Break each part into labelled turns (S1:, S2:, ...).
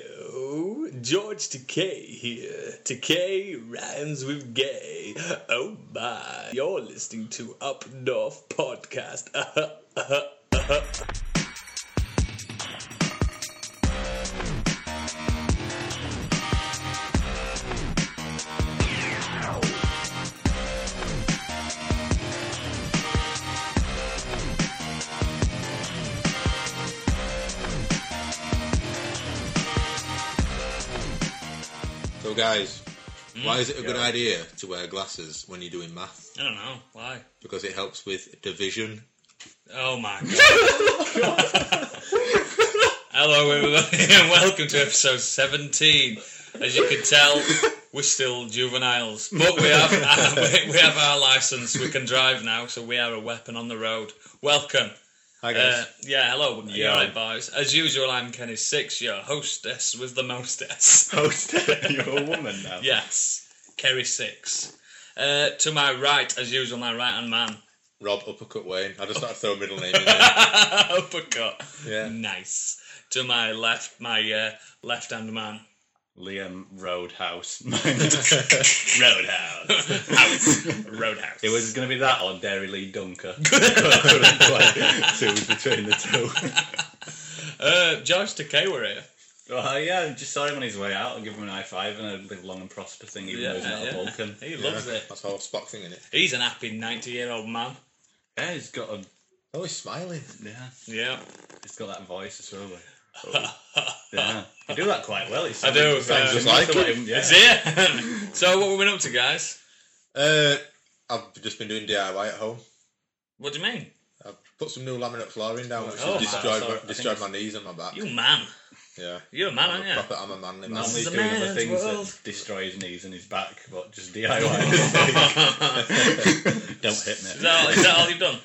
S1: Hello, George Takei here. Takei rhymes with gay. Oh my, you're listening to Up North Podcast.
S2: So, guys, why is it a good
S3: yeah.
S2: idea to wear glasses when you're doing math?
S3: I don't know why.
S2: Because it helps with division.
S3: Oh my god! Hello, everybody, and welcome to episode seventeen. As you can tell, we're still juveniles, but we have our, we have our license. We can drive now, so we are a weapon on the road. Welcome.
S2: Hi, guys.
S3: Uh, yeah, hello, you
S2: Yo.
S3: alright, boys? As usual, I'm Kenny Six, your hostess with the mostess.
S4: post. You're a woman now.
S3: Yes, Kerry Six. Uh, to my right, as usual, my right hand man.
S2: Rob Uppercut Wayne. I just thought I'd throw a middle name in there.
S3: Uppercut.
S2: Yeah.
S3: Nice. To my left, my uh, left hand man.
S4: Liam Roadhouse. Roadhouse.
S3: House. Roadhouse.
S4: It was going to be that or Dairy Lee Dunker. Two between the two.
S3: Uh, George Takei were here.
S4: Oh yeah, I just saw him on his way out. I'll give him an high five and a live long and prosper thing, even though he's
S3: Yeah,
S4: not
S3: yeah.
S4: a Vulcan.
S3: He loves it.
S2: That's all Spock thing in it.
S3: He's an happy 90 year old man.
S4: Yeah, he's got a
S2: Oh, he's smiling.
S4: yeah,
S3: Yeah.
S4: he's got that voice as well. like, oh. yeah, you do that quite well. It's
S3: I do,
S4: it's
S3: yeah.
S2: Just like
S4: similar to
S2: it.
S4: him, yeah.
S3: It's here. so, what have we been up to, guys?
S2: Uh, I've just been doing DIY at home.
S3: What do you mean?
S2: I've put some new laminate flooring down, which
S3: Oh,
S2: has destroyed, my,
S4: wow. Sorry, I
S2: destroyed my
S4: think
S2: knees and my back.
S3: You Oh, man.
S2: Yeah.
S3: You're a man,
S2: I'm
S3: aren't
S2: a
S3: you?
S2: proper, I'm a manly man.
S4: Normally he's
S3: This is
S4: doing
S3: a
S4: other
S3: man's
S4: things
S3: world.
S4: that destroy his knees and his back, but just DIY. Don't hit
S3: Is
S4: me.
S3: that, all, is that all you've done?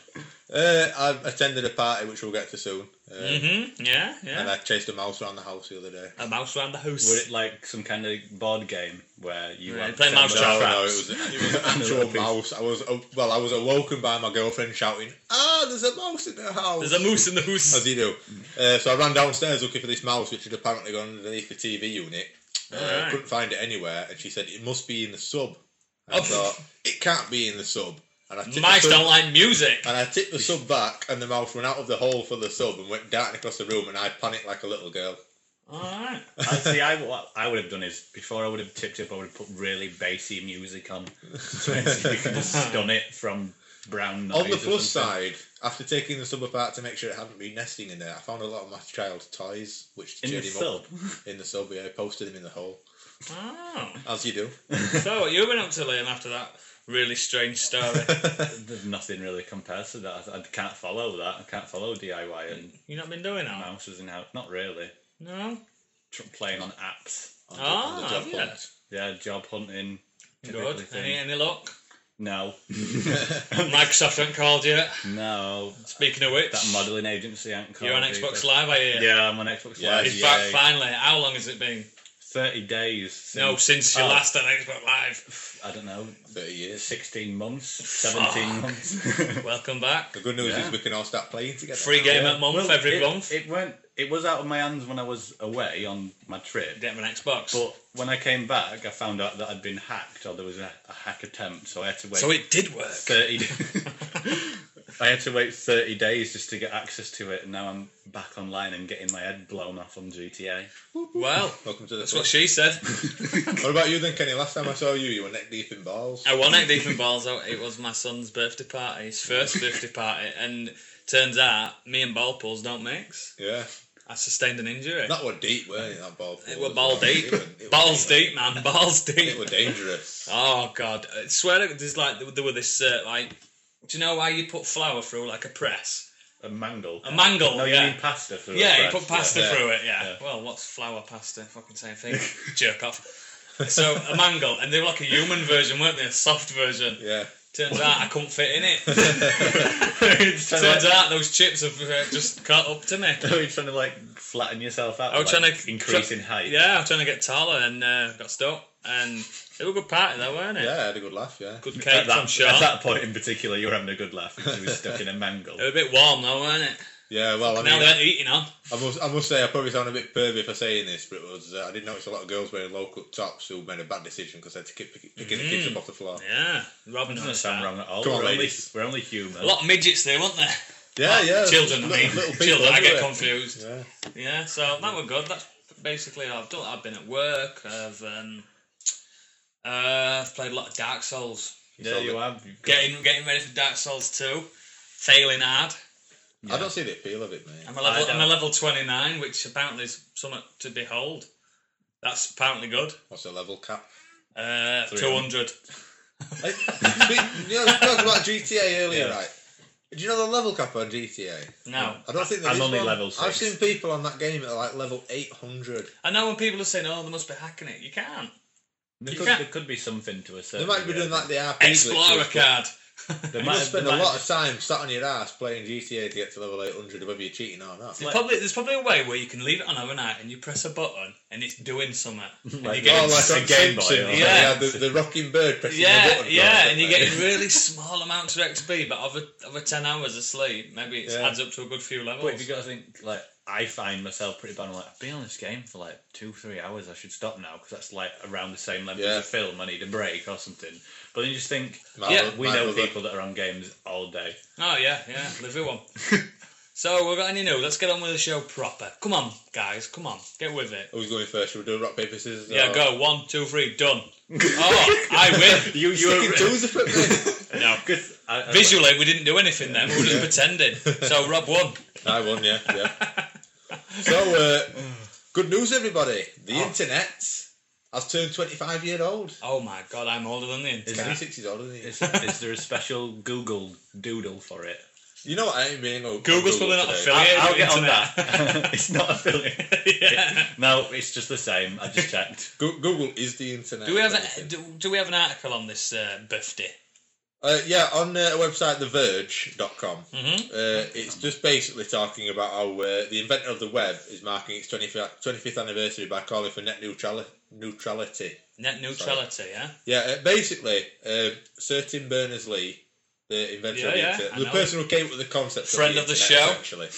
S2: Uh, I've attended a party, which we'll get to soon. Uh,
S3: Mm-hmm. Yeah,
S2: And
S3: yeah.
S2: I chased a mouse around the house the other day.
S3: A mouse around the house.
S4: Were it like some kind of board game where you
S3: Yeah,
S4: had
S3: you play
S4: several-
S3: mouse
S2: No,
S3: trap.
S2: no, it was, it was an actual
S4: Another
S2: mouse. I was uh, well, I was awoken by my girlfriend shouting, "Ah, there's a mouse in the house!"
S3: There's a moose in the
S4: Oh,
S3: house.
S2: As you do. Uh, so I ran downstairs looking for this mouse, which had apparently gone underneath the TV unit. Uh,
S3: Alright.
S2: Couldn't find it anywhere, and she said it must be in the sub. I
S3: Oh.
S2: thought it can't be in the sub. And I tipped the
S3: Mice
S2: sub,
S3: don't like music.
S2: and I tipped the sub back, and the mouse went out of the hole for the sub and went darting across the room, and I panicked like a little girl.
S3: Alright.
S4: I- Uh, See, I, what I would have done is before I would have tipped up, I would have put really bassy music on, so you can just stun it from brown noise.
S2: On the
S4: or
S2: plus
S4: something.
S2: side, after taking the sub apart to make sure it hadn't been nesting in there, I found a lot of my child's toys, which
S4: in the
S2: cheered him up.
S4: sub,
S2: in the sub. Yeah, posted him in the hole,
S3: Oh.
S2: as you do.
S3: So, what you been up to, Liam, after that really strange story?
S4: there's nothing really compares to that. I, I can't follow that. I can't follow DIY and
S3: you not been doing that?
S4: mouses in house. Not really.
S3: No.
S4: Tr- playing on apps.
S2: On
S3: Ah, yeah.
S2: hunt.
S4: Yeah, job hunting. typically
S3: Good.
S4: thing.
S3: Any, any luck?
S4: No,
S3: Microsoft ain't called yet.
S4: no.
S3: Speaking of which,
S4: That modelling agency ain't called.
S3: you're on
S4: either.
S3: Xbox Live, are you?
S4: Yeah, I'm on Xbox
S2: Yeah,
S4: Live.
S3: It's
S4: yeah.
S3: back finally. How long has it been?
S4: 30 days. Since,
S3: No, since you
S4: Oh.
S3: last on Xbox Live.
S4: I don't know,
S2: Thirty years.
S4: 16 months, 17
S3: Fuck.
S4: months.
S3: Welcome back.
S2: The good news
S4: Yeah.
S2: is we can all start playing together.
S3: Free game a month,
S4: Well,
S3: every
S4: it,
S3: month.
S4: It went. It was out of my hands when I was away on my trip.
S3: Get me an Xbox.
S4: But when I came back, I found out that I'd been hacked, or there was a, a hack attempt. So I had to wait
S3: so it did work.
S4: 30. I had to wait 30 days just to get access to it, and now I'm back online and getting my head blown off on GTA.
S3: Well,
S2: Welcome to the
S3: that's what
S2: club.
S3: she said.
S2: What about you then, Kenny? Last time I saw you, you were neck deep in balls.
S3: I won it deep in balls out. It was my son's birthday party, his first birthday party, and turns out me and ball pulls don't mix.
S2: Yeah,
S3: I sustained an injury.
S2: that were deep, weren't it? That ball.
S3: It
S2: was-
S3: were ball deep.
S2: It were- it were-
S3: Balls deep, man. Balls
S2: It
S3: deep.
S2: were dangerous.
S3: Oh god, I swear to- there's like there were this uh, like. Do you know why you put flour through like a press?
S4: A mangle.
S3: A mangle,
S4: No, you
S3: yeah.
S4: mean pasta for
S3: yeah,
S4: bread,
S3: you put pasta
S2: yeah.
S3: through it. Yeah.
S4: Yeah.
S3: Well, what's flour pasta? Fucking same thing. Jerk off. So a mangle, and they were like a human version, weren't they? A soft version.
S2: Yeah.
S3: Turns out I couldn't fit in it.
S4: It's trying to-
S3: Turns out those chips have uh, just caught up to me.
S4: Are you trying to like flatten yourself out?
S3: I was
S4: like,
S3: trying to
S4: increase
S3: try-
S4: in height.
S3: Yeah, I was trying to get taller and uh, got stuck. And it was a good party though, weren't it?
S2: Yeah, I had a good laugh. Yeah.
S3: Good
S4: At
S3: cake,
S4: that,
S3: I'm sure.
S4: at that point in particular, you were having a good laugh because you were stuck in a mangle.
S3: It was a bit warm though, weren't it?
S2: Yeah, well, I
S3: Now
S2: mean,
S3: they aren't eating on.
S2: I must, I must say, I probably sound a bit pervy for saying this, but it was uh, I did notice a lot of girls wearing low cut tops who made a bad decision because they had to keep pick, picking the kids up off the floor.
S3: Yeah, Robin
S4: Doesn't sound wrong at all.
S2: Come on,
S4: Oh, we're, only,
S2: ladies.
S4: we're only human.
S3: A lot of midgets there, weren't there?
S2: Yeah, yeah.
S3: Children, I
S2: little-
S3: mean.
S2: little people
S3: Children, I get
S2: everywhere.
S3: confused.
S2: Yeah.
S3: Yeah, so that were good. That's basically all I've done. I've been at work. I've um, uh, I've played a lot of Dark Souls.
S4: there you have. You've got-
S3: Getting getting ready for Dark Souls two, failing hard.
S2: I don't see the appeal of it, mate.
S3: I'm a
S4: I
S3: level
S4: don't-
S3: I'm a level twenty nine, which apparently is something to behold. That's apparently good.
S2: What's the level cap?
S3: Uh,
S4: Three
S3: two hundred.
S2: Hey, you know, we talked about GTA earlier,
S4: Yeah.
S2: right? Do you know the level cap on GTA?
S3: No,
S2: I don't think there
S4: I'm
S2: is
S4: only
S2: one.
S4: level
S2: I've seen
S4: six.
S2: people on that game at like level 800.
S3: I know when people are saying, "Oh, they must be hacking it." You can't.
S4: There
S3: You
S4: could,
S3: can't-
S4: there could be something to a
S2: They
S4: certain.
S2: might be doing
S4: degree.
S2: like the RP. glitches,
S3: Explorer
S2: but
S3: card.
S4: They
S2: You
S4: might
S2: must
S4: have-
S2: spend
S4: they
S2: a
S4: might
S2: lot
S4: have-
S2: of time sat on your ass playing GTA to get to level 800, whether you're cheating or not.
S3: There's probably there's probably a way where you can leave it on overnight and you press a button and it's doing something. And
S4: Like-
S3: you're
S2: Oh,
S3: getting,
S2: like
S4: It's a
S2: on
S4: Game Boy,
S2: Simpsons,
S4: or-
S2: they
S3: Yeah.
S2: had the, the rocking bird pressing the
S3: yeah,
S2: button.
S3: yeah,
S2: right,
S3: and you're
S2: didn't
S3: getting really small amounts of XP, but over over ten hours of sleep, maybe it
S2: Yeah.
S3: adds up to a good few levels.
S4: But if you got to think, like, I find myself pretty bad. I'm like, I've been on this game for like two, three hours. I should stop now because that's like around the same length as
S2: Yeah.
S4: a film. I need a break or something. But then you just think,
S2: My
S3: Yeah,
S2: brother-
S4: we
S2: my
S4: know
S2: brother-
S4: people that are on games all day.
S3: oh yeah, yeah, live with one. so we've got any new? Let's get on with the show proper. Come on, guys, come on, get with it.
S2: Who's "Oh, going first? Should we do rock paper scissors? Oh,
S3: Yeah,
S2: or-
S3: go one, two, three, done. oh, I win.
S4: You,
S2: You're sticking tools up at me.
S3: No,
S4: Because I, I-
S3: visually we didn't do anything then. We were just pretending. So Rob won.
S2: I won, yeah, yeah. So, uh, good news, everybody. The internet has turned 25 year old.
S3: Oh my god, I'm older than the
S2: He's
S3: internet.
S2: 26 years old, isn't he?
S4: Is, is there a special Google doodle for it?
S2: You know what I ain't being on
S3: Google's probably
S2: Google
S3: not
S2: today.
S3: affiliated.
S4: I'll
S3: with
S4: get on
S3: internet.
S4: that. it's not affiliated.
S3: Yeah.
S4: No, it's just the same. I just checked.
S2: Go- Google is the internet.
S3: Do we have a,
S2: everything.
S3: do, do we have an article on this uh, Bifty?
S2: Uh, yeah, on uh, a website, theverge.com,
S3: Mhm.
S2: uh, it's just basically talking about how uh, the inventor of the web is marking its 25th, 25th anniversary by calling for net neutrali- neutrality.
S3: Net neutrality, yeah.
S2: Yeah, uh, basically, uh, Sir Tim Berners Lee, the inventor of the
S3: Yeah, yeah,
S2: internet,
S3: I
S2: the
S3: know.
S2: person who came up with the concept,
S3: Friend
S2: of
S3: of
S2: the,
S3: the
S2: internet, Essentially,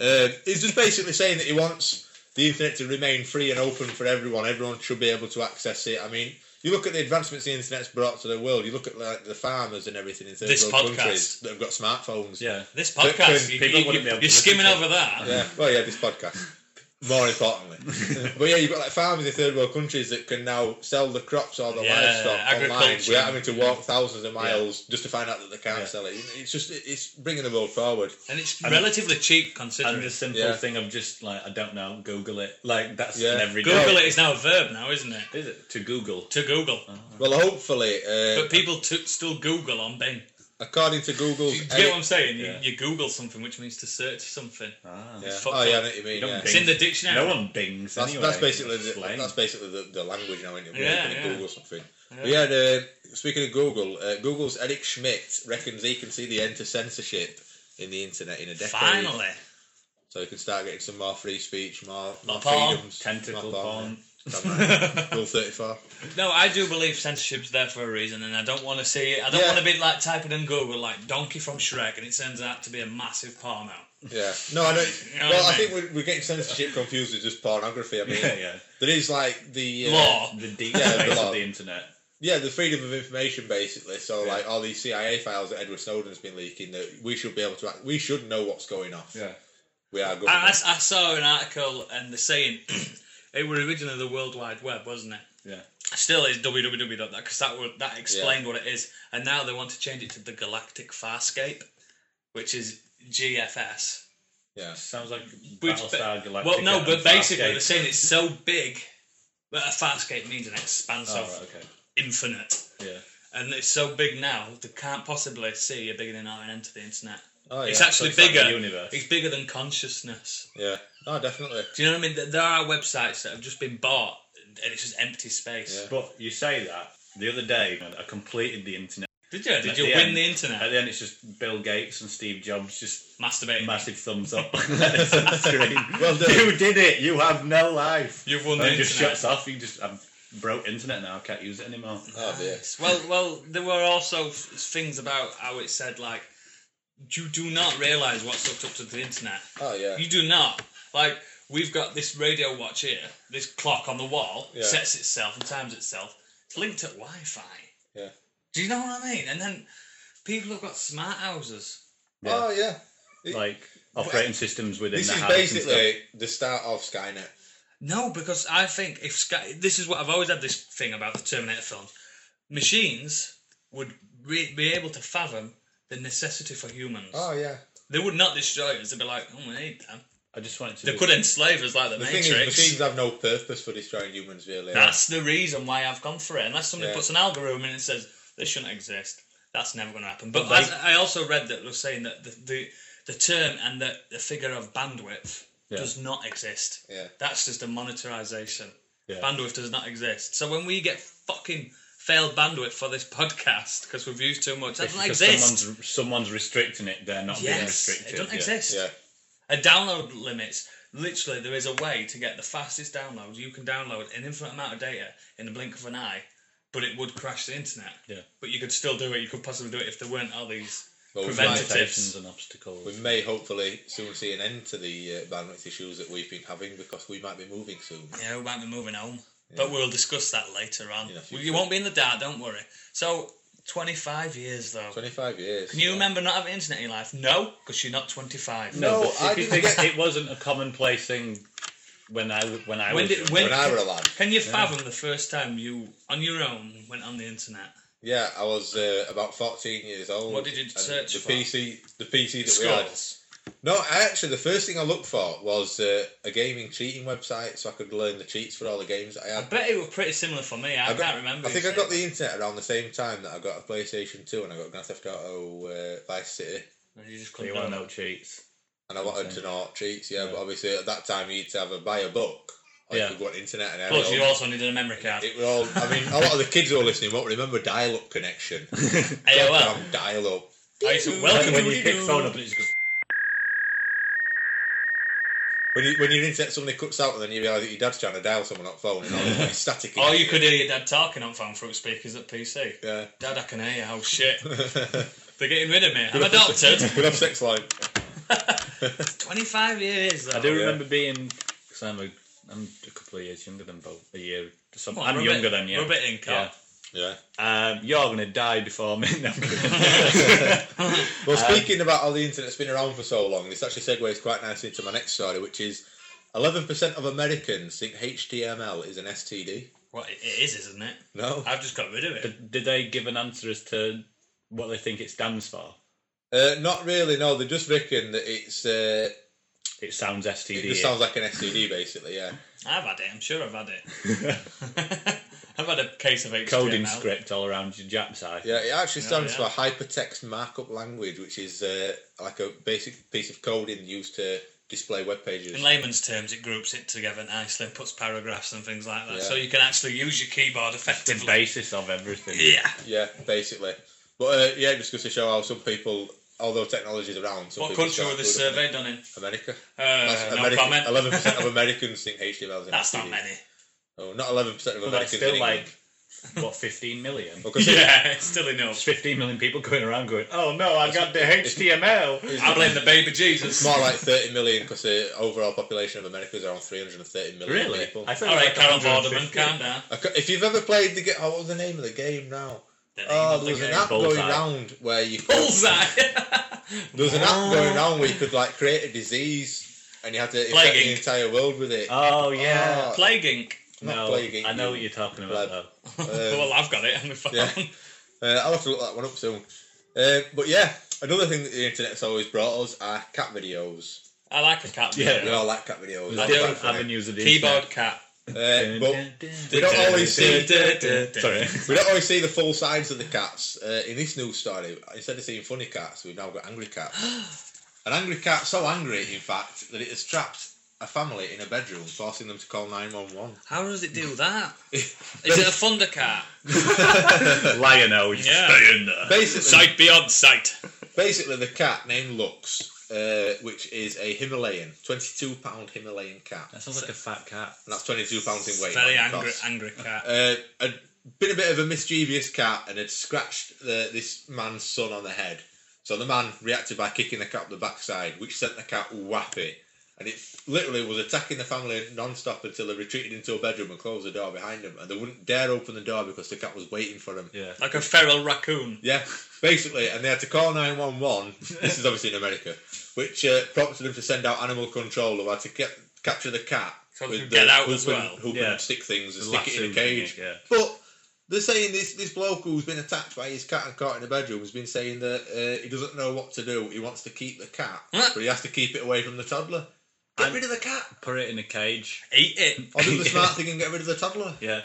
S2: uh, he's just basically saying that he wants the internet to remain free and open for everyone. Everyone should be able to access it. I mean, you look at the advancements the internet's brought to the world. You look at like the farmers and everything in third
S3: This
S2: world
S3: podcast.
S2: countries that have got smartphones.
S4: Yeah.
S3: This
S2: But
S3: podcast,
S2: can
S3: you,
S4: people
S3: you,
S4: wouldn't be able to
S3: are skimming
S4: listen to
S3: over that.
S2: Yeah, well, yeah, this podcast. More importantly, but yeah, you've got like farmers in third world countries that can now sell the crops or the
S3: Yeah,
S2: livestock online
S3: agriculture.
S2: without having to walk thousands of miles just to find out that they can't sell it. It's just it's bringing the world forward.
S3: And it's relatively cheap considering.
S4: And the simple
S2: Yeah.
S4: thing of just like I don't know, Google it. Like that's
S2: Yeah.
S4: an everyday.
S3: Google it is now a verb now, isn't it?
S4: Is it to Google?
S3: To Google.
S2: Well, hopefully, uh,
S3: But people t- still Google on Bing.
S2: according to eh, Google's,
S3: Do you
S2: edit-
S3: get what I'm saying? You,
S4: Yeah.
S3: you Google something, which means to search something.
S4: Ah.
S2: yeah.
S3: fucked
S2: oh yeah, I
S3: up.
S2: know what you mean.
S4: You don't
S2: yeah.
S4: think-
S3: It's in the dictionary.
S4: No one bings.
S2: That's,
S4: anyway.
S2: that's basically the,
S4: It's lame.
S2: that's basically the, the language now. Isn't it?
S3: Yeah,
S2: Yeah,
S3: yeah.
S2: Google something. But yeah, the, speaking of Google, uh, Google's Eric Schmidt reckons he can see the end to censorship in the internet in a decade.
S3: Finally.
S2: So you can start getting some more free speech, more, more
S3: porn.
S2: freedoms.
S4: tentacle
S2: Not
S4: porn.
S2: Damn right. Rule 34.
S3: No, I do believe censorship's there for a reason, and I don't want to see it. I don't
S2: Yeah.
S3: want to be like typing in Google like donkey from Shrek, and it turns out to be a massive porno.
S2: Yeah. No, I don't.
S3: You know
S2: well,
S3: what
S2: I
S3: I
S2: think we're, we're getting censorship confused with just pornography. I mean,
S4: Yeah, yeah.
S2: there is like the. Uh,
S3: Law.
S4: The deep
S2: Yeah,
S4: space
S2: the law.
S4: of the internet.
S2: Yeah, the freedom of information, basically. So,
S4: Yeah.
S2: like, all these CIA files that Edward Snowden's been leaking, that we should be able to. act- We should know what's going on. We are good.
S3: I, I s- I saw an article and they're saying it was originally the World Wide Web, wasn't it?
S4: Yeah.
S3: Still is www. dot that because that were, that explained what it is, and now they want to change it to the Galactic Farscape, which is GFS.
S2: Yeah.
S4: Sounds like
S3: Which,
S4: Battlestar Galactica.
S3: well, no,
S4: and
S3: but basically they're
S4: Farscape.
S3: saying it's so big that a Farscape means an expanse
S4: Oh,
S3: of
S4: right, okay.
S3: infinite,
S4: Yeah.
S3: and it's so big now they can't possibly see a beginning or an end to the internet.
S2: Oh, yeah.
S3: It's actually
S4: it's like the
S3: bigger.
S4: universe.
S3: It's bigger than consciousness.
S2: Yeah. No, Oh, definitely.
S3: Do you know what I mean? There- There are websites that have just been bought and it's just empty space.
S2: Yeah.
S4: But you say that the other day, man, I completed the internet.
S3: Did you? Did
S4: At
S3: you
S4: the
S3: win
S4: end-
S3: the internet?
S4: At the end, it's just Bill Gates and Steve Jobs just
S3: Masturbating.
S4: massive thumbs up on the screen.
S2: Well done.
S4: You did it. You have no life.
S3: You've won
S4: And
S3: the
S4: it just
S3: internet.
S4: shuts off. You just I've broke internet now. I can't use it anymore.
S2: Oh, dear.
S3: Yes. Well, well, there were also f- things about how it said like you do not realize what's hooked up to the internet.
S2: Oh yeah.
S3: You do not. Like, we've got this radio watch here, this clock on the wall,
S2: Yeah.
S3: sets itself and times itself. It's linked at Wi Fi.
S2: Yeah.
S3: Do you know what I mean? And then people have got smart houses.
S2: Oh yeah.
S4: like operating systems within
S2: This
S4: the
S2: is
S4: house. and stuff.
S2: basically the start of Skynet.
S3: No, because I think if Sky, this is what I've always had this thing about the Terminator films, machines would re- be able to fathom the necessity for humans.
S2: Oh yeah.
S3: They would not destroy us. They'd be like, "Oh, we need them."
S4: I just wanted to.
S3: They
S4: do-
S3: could enslave us like the,
S2: The
S3: Matrix.
S2: thing is, machines have no purpose for destroying humans, really.
S3: That's the reason why I've gone for it. Unless somebody
S2: Yeah.
S3: puts an algorithm in and says this shouldn't exist, that's never going to happen. But
S4: But
S3: as- I also read that was saying that the the, the term and the, the figure of bandwidth
S4: Yeah.
S3: does not exist.
S2: Yeah.
S3: That's just a monetarization.
S4: Yeah.
S3: Bandwidth does not exist. So when we get fucking failed bandwidth for this podcast because we've used too much, that
S4: It's
S3: doesn't
S4: because
S3: exist.
S4: Someone's, someone's restricting it. They're not being
S3: Yes,
S4: restricted.
S3: it doesn't
S4: yeah.
S3: exist.
S2: Yeah.
S3: A download limits. Literally, there is a way to get the fastest downloads. You can download an infinite amount of data in the blink of an eye, but it would crash the internet.
S4: Yeah.
S3: But you could still do it. You could possibly do it if there weren't all these
S2: Well, we
S3: preventatives.
S2: might-
S4: Limitations and obstacles.
S2: We may hopefully soon see an end to the uh, bandwidth issues that we've been having because we might be moving soon.
S3: Yeah, we might be moving home, but we'll discuss that later on.
S2: In the
S3: Well,
S2: future.
S3: you won't be in the dark, don't worry. So, 25 years though.
S2: 25 years.
S3: Can you remember not having internet in your life? No, because you're not 25.
S4: No,
S2: No,
S4: but if
S2: I
S4: you
S2: didn't
S4: think
S2: get-
S4: it wasn't a commonplace thing when I w- when I
S3: When
S4: was
S3: did-
S4: younger.
S3: when-
S2: When I were a lad,
S3: Can you fathom the first time you, on your own, went on the internet?
S2: yeah, I was uh, about 14 years old.
S3: What did you
S2: and
S3: search
S2: the
S3: for?
S2: PC, the PC that we had.
S3: Scores.
S2: No, actually, the first thing I looked for was uh, a gaming cheating website so I could learn the cheats for all the games that I
S3: I
S2: had.
S3: bet it was pretty similar for me. I,
S2: I got-
S3: can't remember.
S2: I think
S3: you
S2: I
S3: said.
S2: got the internet around the same time that I got a PlayStation 2 and I got Grand Theft Auto uh, Vice City.
S3: You just
S4: you
S3: couldn't
S4: want
S3: know.
S4: no cheats.
S2: And I wanted to know cheats, yeah, but obviously at that time you had to have a buy a book or
S4: Yeah.
S2: you could go on the internet and
S3: Plus,
S2: everything.
S3: you also needed a memory card.
S2: It were all. I mean, a lot of the kids who are listening won't remember dial-up connection.
S3: AOL.
S2: Goddamn dial-up.
S3: I used to
S4: Like
S3: welcome
S4: when
S3: you.
S4: you pick phone up and it's just
S2: When you when your internet suddenly cuts out and then you realise that your dad's trying to dial someone on phone and all it's static.
S3: Or you could hear your dad talking on phone through speakers at PC.
S2: Yeah.
S3: Dad, I can hear you. Oh shit, they're getting rid of me. I'm adopted.
S2: Good off sex line.
S3: Twenty-five years. Though.
S4: I do
S2: yeah.
S4: remember being because I'm a I'm a couple of years younger than both a year. Some,
S3: Come on,
S4: I'm
S3: rub
S4: younger
S3: it-
S4: than you.
S3: rub it in, Carl.
S2: Yeah.
S4: Yeah. Um, you're gonna die before me. No, I'm kidding.
S2: Well, speaking about how the internet's been around for so long, this actually segues quite nicely into my next story, which is 11% of Americans think HTML is an STD.
S3: Well, it it is, isn't it?
S2: No.
S3: I've just got rid of it.
S4: Did- Did they give an answer as to what they think it stands for?
S2: Uh, not really, no. They just reckon that it's. Uh,
S4: It sounds STD.
S2: it just sounds like an STD, basically, yeah.
S3: I've had it. I'm sure I've had it. I've had a case of HTML.
S4: coding script all around your Japs eye.
S2: Yeah, it actually
S3: Yeah,
S2: stands
S3: Oh, yeah.
S2: for hypertext markup language, which is uh, like a basic piece of coding used to display web pages.
S3: In layman's terms, it groups it together nicely, puts paragraphs and things like that,
S2: Yeah.
S3: so you can actually use your keyboard
S4: The
S3: effectively.
S4: basis of everything.
S3: Yeah.
S2: yeah, basically. But uh, yeah, just goes to show how some people, although technology's around, some
S3: What
S2: people
S3: country
S2: can't
S3: was this
S2: do it.
S3: survey done in?
S2: America.
S3: Uh, no comment.
S2: Eleven percent of Americans think HTML is an
S3: That's
S2: STD.
S3: not many.
S2: Oh, not eleven percent of
S4: Well, that's
S2: Americans. Oh,
S4: still
S2: in
S4: like what 15 million.
S3: Oh.
S2: because
S3: Yeah, it's still
S4: It's
S3: enough.
S4: 15 million people going around going, "Oh no, I got the HTML."
S3: I blame the baby Jesus.
S2: more like thirty million because the overall population of America is around three hundred and thirty million
S4: Really?
S2: people.
S4: I thought
S3: All
S4: it was
S3: right,
S4: like
S3: Karen Vorderman,
S4: 150.
S3: calm down.
S2: I ca- If you've ever played the game, oh, what was the name of the game now?
S3: The
S2: Oh,
S3: name of
S2: there was
S3: the
S2: an
S3: game.
S2: app going
S4: Bullseye.
S2: around where you could,
S3: Bullseye.
S2: there was an app going around where you could like create a disease and you had to infect
S3: Plague
S2: the
S3: Inc.
S2: entire world with it.
S4: Oh yeah.
S2: Oh,
S3: Plague Inc.
S2: not
S4: no,
S2: Plague Inc.
S4: I know what you're talking about
S2: Blood.
S4: though.
S2: Um,
S3: well, I've got it on my phone.
S2: yeah. Uh, I'll have to look that one up soon. Uh, but yeah, another thing that the internet's always brought us are cat videos.
S3: I like a cat.
S4: Yeah.
S2: We all like cat videos.
S4: There's
S3: the
S2: Quite
S4: different
S2: funny.
S4: avenues of the
S3: Keyboard cat.
S2: Uh,
S4: internet.
S2: but we don't always see
S4: Sorry.
S2: we don't always see the full sides of the cats. Uh, in this news story, instead of seeing funny cats, we've now got angry cats. An angry cat so angry, in fact, that it has trapped a family in a bedroom, forcing them to call nine one one.
S3: How does it do that? Is it a thunder cat?
S4: Lionel, oh, you
S3: Yeah.
S4: stay in there.
S2: Basically,
S3: Sight beyond sight.
S2: basically the cat named Lux, uh, which is a Himalayan, twenty-two pound Himalayan cat.
S4: That sounds like a fat cat.
S2: And that's 22 pounds in weight.
S3: Very
S2: That's the
S3: angry,
S2: cost.
S3: angry cat.
S2: Uh, had been a bit of a mischievous cat and had scratched the, this man's son on the head. So the man reacted by kicking the cat up the backside, which sent the cat wappy. And it literally was attacking the family non-stop until they retreated into a bedroom and closed the door behind them. And they wouldn't dare open the door because the cat was waiting for them.
S4: Yeah.
S3: Like a feral raccoon.
S2: Yeah, basically, and they had to call 911. This is obviously in America, which uh, prompted them to send out animal control who had to ca- capture the cat.
S3: So they could get out
S2: hoop
S3: as
S2: and-
S3: well.
S2: hoop
S4: Yeah.
S2: and stick things and
S4: The
S2: stick it in a
S4: lassoing
S2: cage.
S4: thing, yeah.
S2: But they're saying this, this bloke who's been attacked by his cat and caught in the bedroom has been saying that uh, he doesn't know what to do. He wants to keep the cat,
S3: Huh?
S2: but he has to keep it away from the toddler. Get rid of the cat.
S4: Put it in a cage.
S3: Eat it.
S2: Or do the smart thing and get rid of the toddler.
S4: Yeah.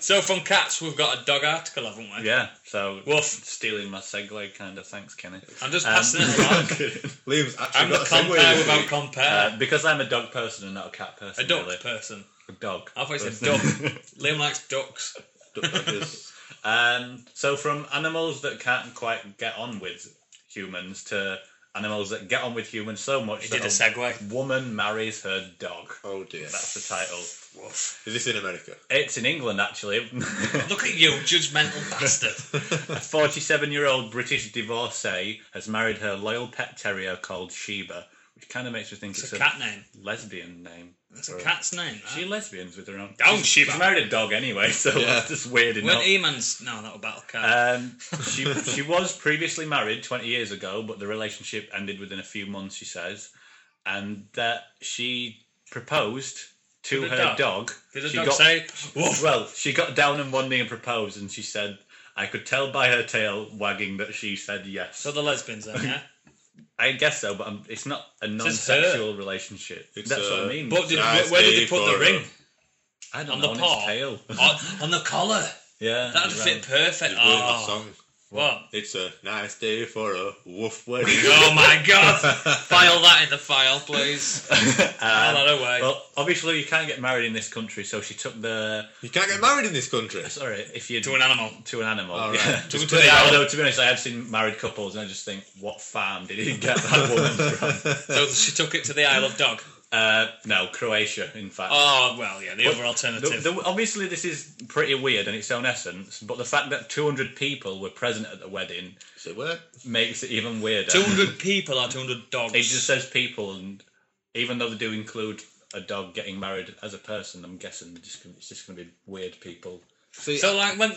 S3: So from cats, we've got a dog article, haven't we?
S4: Yeah. So
S3: Woof.
S4: stealing my segue, kind of. Thanks, Kenny.
S3: I'm just
S4: Um,
S3: passing it along.
S2: Liam's actually
S3: I'm
S2: got
S3: the
S2: a segue
S3: compare
S2: this
S3: without
S2: week.
S3: compare.
S4: Uh, because I'm a dog person and not a cat person.
S3: a duck
S4: really.
S3: person.
S4: A dog.
S3: I thought you said duck.
S4: person.
S3: Liam likes ducks.
S2: Duck Dodgers.
S4: Um, so from animals that can't quite get on with humans to animals that get on with humans so much
S3: He
S4: that
S3: did a segue.
S4: woman marries her dog.
S2: Oh dear.
S4: That's the title.
S3: Woof.
S2: Is this in America?
S4: It's in England, actually.
S3: Look at you, judgmental bastard.
S4: a 47 year old British divorcee has married her loyal pet terrier called Sheba, which kind of makes me think it's,
S3: It's a cat name.
S4: lesbian name.
S3: It's a
S4: Or-
S3: cat's name. that.
S4: She lesbians with her own.
S3: Down,
S4: she's,
S3: Oh, Sheba.
S4: she's married a dog anyway, so
S2: Yeah.
S4: that's just weird
S3: Weren't
S4: enough.
S3: E-Man's... No, that was Battle Cat.
S4: Um, she she was previously married 20 years ago, but the relationship ended within a few months. She says, and that she proposed to
S3: the
S4: her
S3: dog?
S4: dog.
S3: did the
S4: She
S3: dog
S4: got-
S3: say, woof?
S4: Well, she got down on one knee and proposed, and she said, "I could tell by her tail wagging that she said yes."
S3: So the lesbians then, yeah?
S4: I guess so, but um it's not a
S3: just her.
S4: non-sexual relationship.
S2: It's,
S4: That's what
S2: uh,
S4: I mean.
S3: But did,
S2: Nice
S3: where, where did
S2: day
S3: they put the
S2: for
S3: ring?
S4: I don't
S3: on the
S4: know on
S3: paw?
S4: its tail.
S3: on, on the collar.
S4: yeah,
S3: That'd
S4: you're
S3: fit
S4: right.
S3: perfect.
S2: It's really that
S3: Oh,
S2: song.
S3: what?
S2: It's a nice day for a woof wedding.
S3: Oh my god! file that in the file, please. File that away.
S4: Uh, Well, obviously you can't get married in this country, so she took the
S2: you can't get married in this country.
S4: sorry if you
S3: to an animal.
S4: to an animal.
S2: All
S4: yeah.
S2: right.
S3: To, to
S4: But
S3: the
S4: yeah,
S3: animal.
S4: although to be honest, I have seen married couples, and I just think, what farm did he get that woman from?
S3: So she took it to the Isle of Dog.
S4: Uh, no, Croatia, in fact.
S3: Oh well, yeah, the
S4: But
S3: other
S4: The-
S3: alternative.
S4: the- obviously, this is pretty weird in its own essence, but the fact that 200 people were present at the wedding
S2: So where?
S4: makes it even weirder.
S3: two hundred people are two hundred dogs.
S4: It just says people, and even though they do include a dog getting married as a person, I'm guessing they're just gonna- it's just going to be weird people.
S2: See,
S3: so like when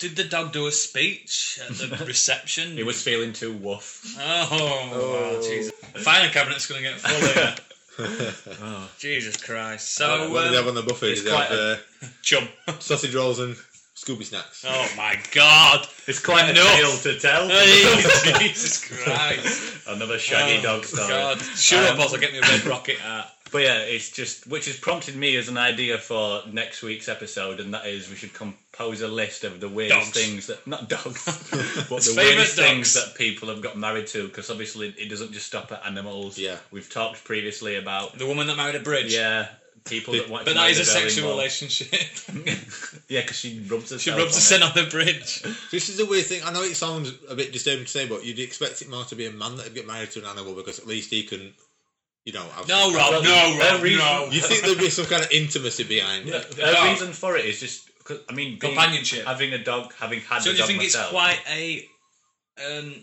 S3: did the dog do a speech at the reception?
S4: He was feeling too woof.
S3: Oh, wow, Jesus! Filing cabinet's going to get full. here. Oh, Jesus Christ! So
S2: what do they have
S3: um,
S2: on the buffet?
S4: it's
S2: Do they have
S4: quite a-
S2: uh,
S3: chum.
S2: sausage rolls and Scooby snacks?
S3: Oh my God!
S4: It's quite a
S3: Enough.
S4: tale to tell.
S3: Hey, Jesus Christ!
S4: Another shaggy
S3: Oh,
S4: dog story.
S3: God. Sure up,
S4: Um,
S3: also get me a red rocket hat.
S4: But yeah, it's just which has prompted me as an idea for next week's episode, and that is we should compose a list of the weirdest
S3: Dogs.
S4: things that not dogs, but the
S3: Favourite
S4: weirdest things
S3: dogs.
S4: that people have got married to. Because obviously, it doesn't just stop at animals.
S2: Yeah.
S4: we've talked previously about
S3: The woman that married a bridge.
S4: yeah people that want.
S3: But
S4: to
S3: that
S4: marry
S3: is a
S4: the girl in
S3: sexual
S4: law.
S3: relationship.
S4: Yeah, because she rubs herself.
S3: she rubs
S4: on
S3: a sin on the bridge.
S2: This is a weird thing. I know it sounds a bit disturbing to say, but you'd expect it more to be a man that'd get married to an animal because at least he can, you know. Have
S3: No,
S2: some-
S3: Rob. No, Rob.
S4: every-
S3: No.
S2: You think there'd be some kind of intimacy behind it?
S4: it. The
S3: No.
S4: reason for it is just 'cause- I mean being-
S3: Companionship.
S4: having a dog, having had
S3: So
S4: a
S3: do you
S4: dog
S3: think it's
S4: myself.
S3: quite a, um,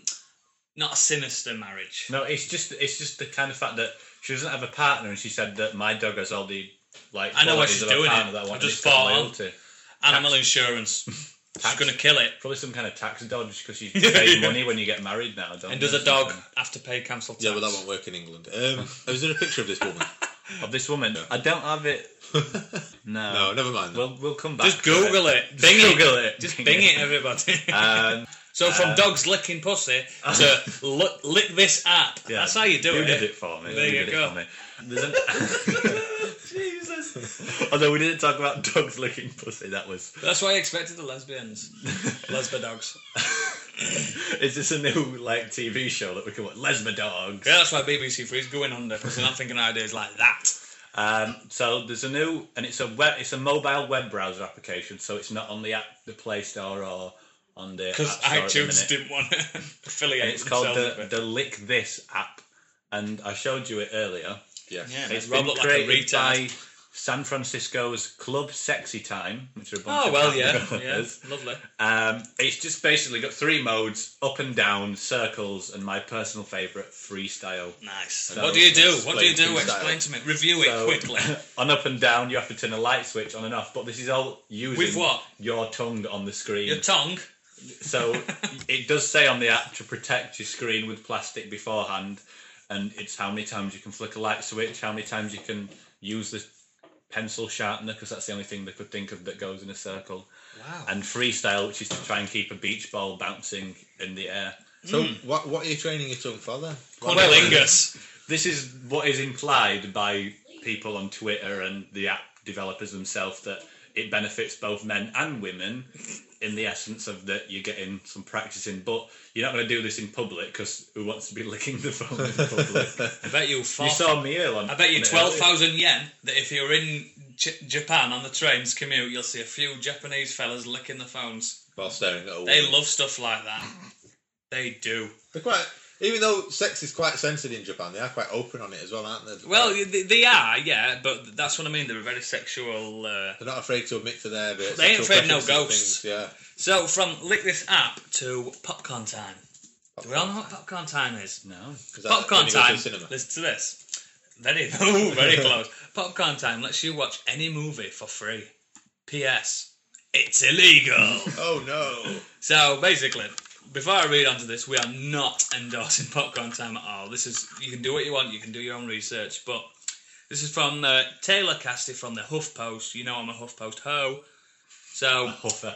S3: not a sinister marriage?
S4: No, it's just it's just the kind of fact that she doesn't have a partner, and she said that my dog has all the like.
S3: I know why
S4: qualities
S3: she's
S4: of a
S3: doing
S4: partner
S3: it.
S4: That I want
S3: I just
S4: it's got
S3: thought on.
S4: loyalty.
S3: Animal insurance. She's going to kill it.
S4: Probably some kind of tax dodge because you pay
S3: Yeah.
S4: money when you get married now. Don't
S3: And
S4: you,
S3: does a
S4: or
S3: dog
S4: something?
S3: have to pay council tax?
S2: Yeah, well, that won't work in England. Um, is there a picture of this woman?
S4: of this woman? I don't have it. No,
S2: No, never mind.
S4: We'll we'll come back.
S3: Just
S4: to
S3: Google it.
S4: Just
S3: Bing it.
S4: Google it.
S3: Just bing it, everybody.
S4: Um,
S3: so from dogs licking pussy to lick, lick this app.
S4: yeah.
S3: That's how you do
S4: Who
S3: it.
S4: did it for me?
S3: There
S4: Who
S3: you
S4: did
S3: go.
S4: It for me? There's an, although we didn't talk about dogs licking pussy, that was
S3: That's why I expected the lesbians. Lesbian dogs.
S4: is this a new like TV show that we can watch? Lesma dogs.
S3: Yeah, that's why BBC Three's going under because they're not thinking of ideas like that.
S4: Um, so there's a new, and it's a web, it's a mobile web browser application. So it's not on the app, the Play Store or on the
S3: Because
S4: App Store at the
S3: iTunes
S4: minute.
S3: didn't want to affiliate
S4: And it's called
S3: themselves
S4: the,
S3: with it.
S4: the Lick This app, and I showed you it earlier.
S2: Yes.
S3: Yeah,
S4: It's
S3: Rob
S4: been
S3: looked like a
S4: created
S3: retard.
S4: by San Francisco's Club Sexy Time, which are a bunch
S3: Oh
S4: of
S3: well,
S4: happy
S3: yeah,
S4: hours.
S3: yeah, lovely.
S4: Um, it's just basically got three modes: up and down, circles, and my personal favourite, freestyle.
S3: Nice. what do you do? What do you do?
S2: explain
S3: Explain to me. Review it
S4: So,
S3: quickly.
S4: on up and down, you have to turn a light switch on and off. But this is all using
S3: With what?
S4: your tongue on the screen.
S3: Your tongue.
S4: so it does say on the app to protect your screen with plastic beforehand, and it's how many times you can flick a light switch, how many times you can use the pencil sharpener because that's the only thing they could think of that goes in a circle.
S3: Wow.
S4: And freestyle, which is to try and keep a beach ball bouncing in the air.
S2: So
S3: Hmm.
S2: what what are you training your tongue for then?
S3: Cunnilingus.
S4: This is what is implied by people on Twitter and the app developers themselves that it benefits both men and women in the essence of that you're getting some practice in, but you're not going to do this in public because who wants to be licking the phone in public?
S3: I bet you.
S4: you
S3: fart-
S4: saw me ill on.
S3: I bet you twelve thousand yen that if you're in J- Japan on the trains commute, you'll see a few Japanese fellas licking the phones.
S2: While staring at a wall.
S3: They love stuff like that. They do.
S2: They're quite. Even though sex is quite censored in Japan, they are quite open on it as well, aren't they? They're
S3: Well,
S2: quite-
S3: y- they, they are, yeah, but that's what I mean. They're a very sexual. Uh...
S2: they're not afraid to admit to their bits.
S3: They ain't
S2: sexual
S3: afraid of no
S2: preferences and Things.
S3: So from lick this app to popcorn time. Do we all know what popcorn time is?
S4: No.
S2: Yeah. 'Cause that-
S3: Popcorn
S2: when you go to
S3: time.
S2: the cinema.
S3: Listen to this. Very, ooh, very close. Popcorn time lets you watch any movie for free. P.S. It's illegal.
S2: Oh no!
S3: So basically, before I read onto this, we are not endorsing popcorn time at all. This is you can do what you want, you can do your own research, but this is from uh, Taylor Casty from the HuffPost. You know I'm a HuffPost ho. So
S4: Huffer.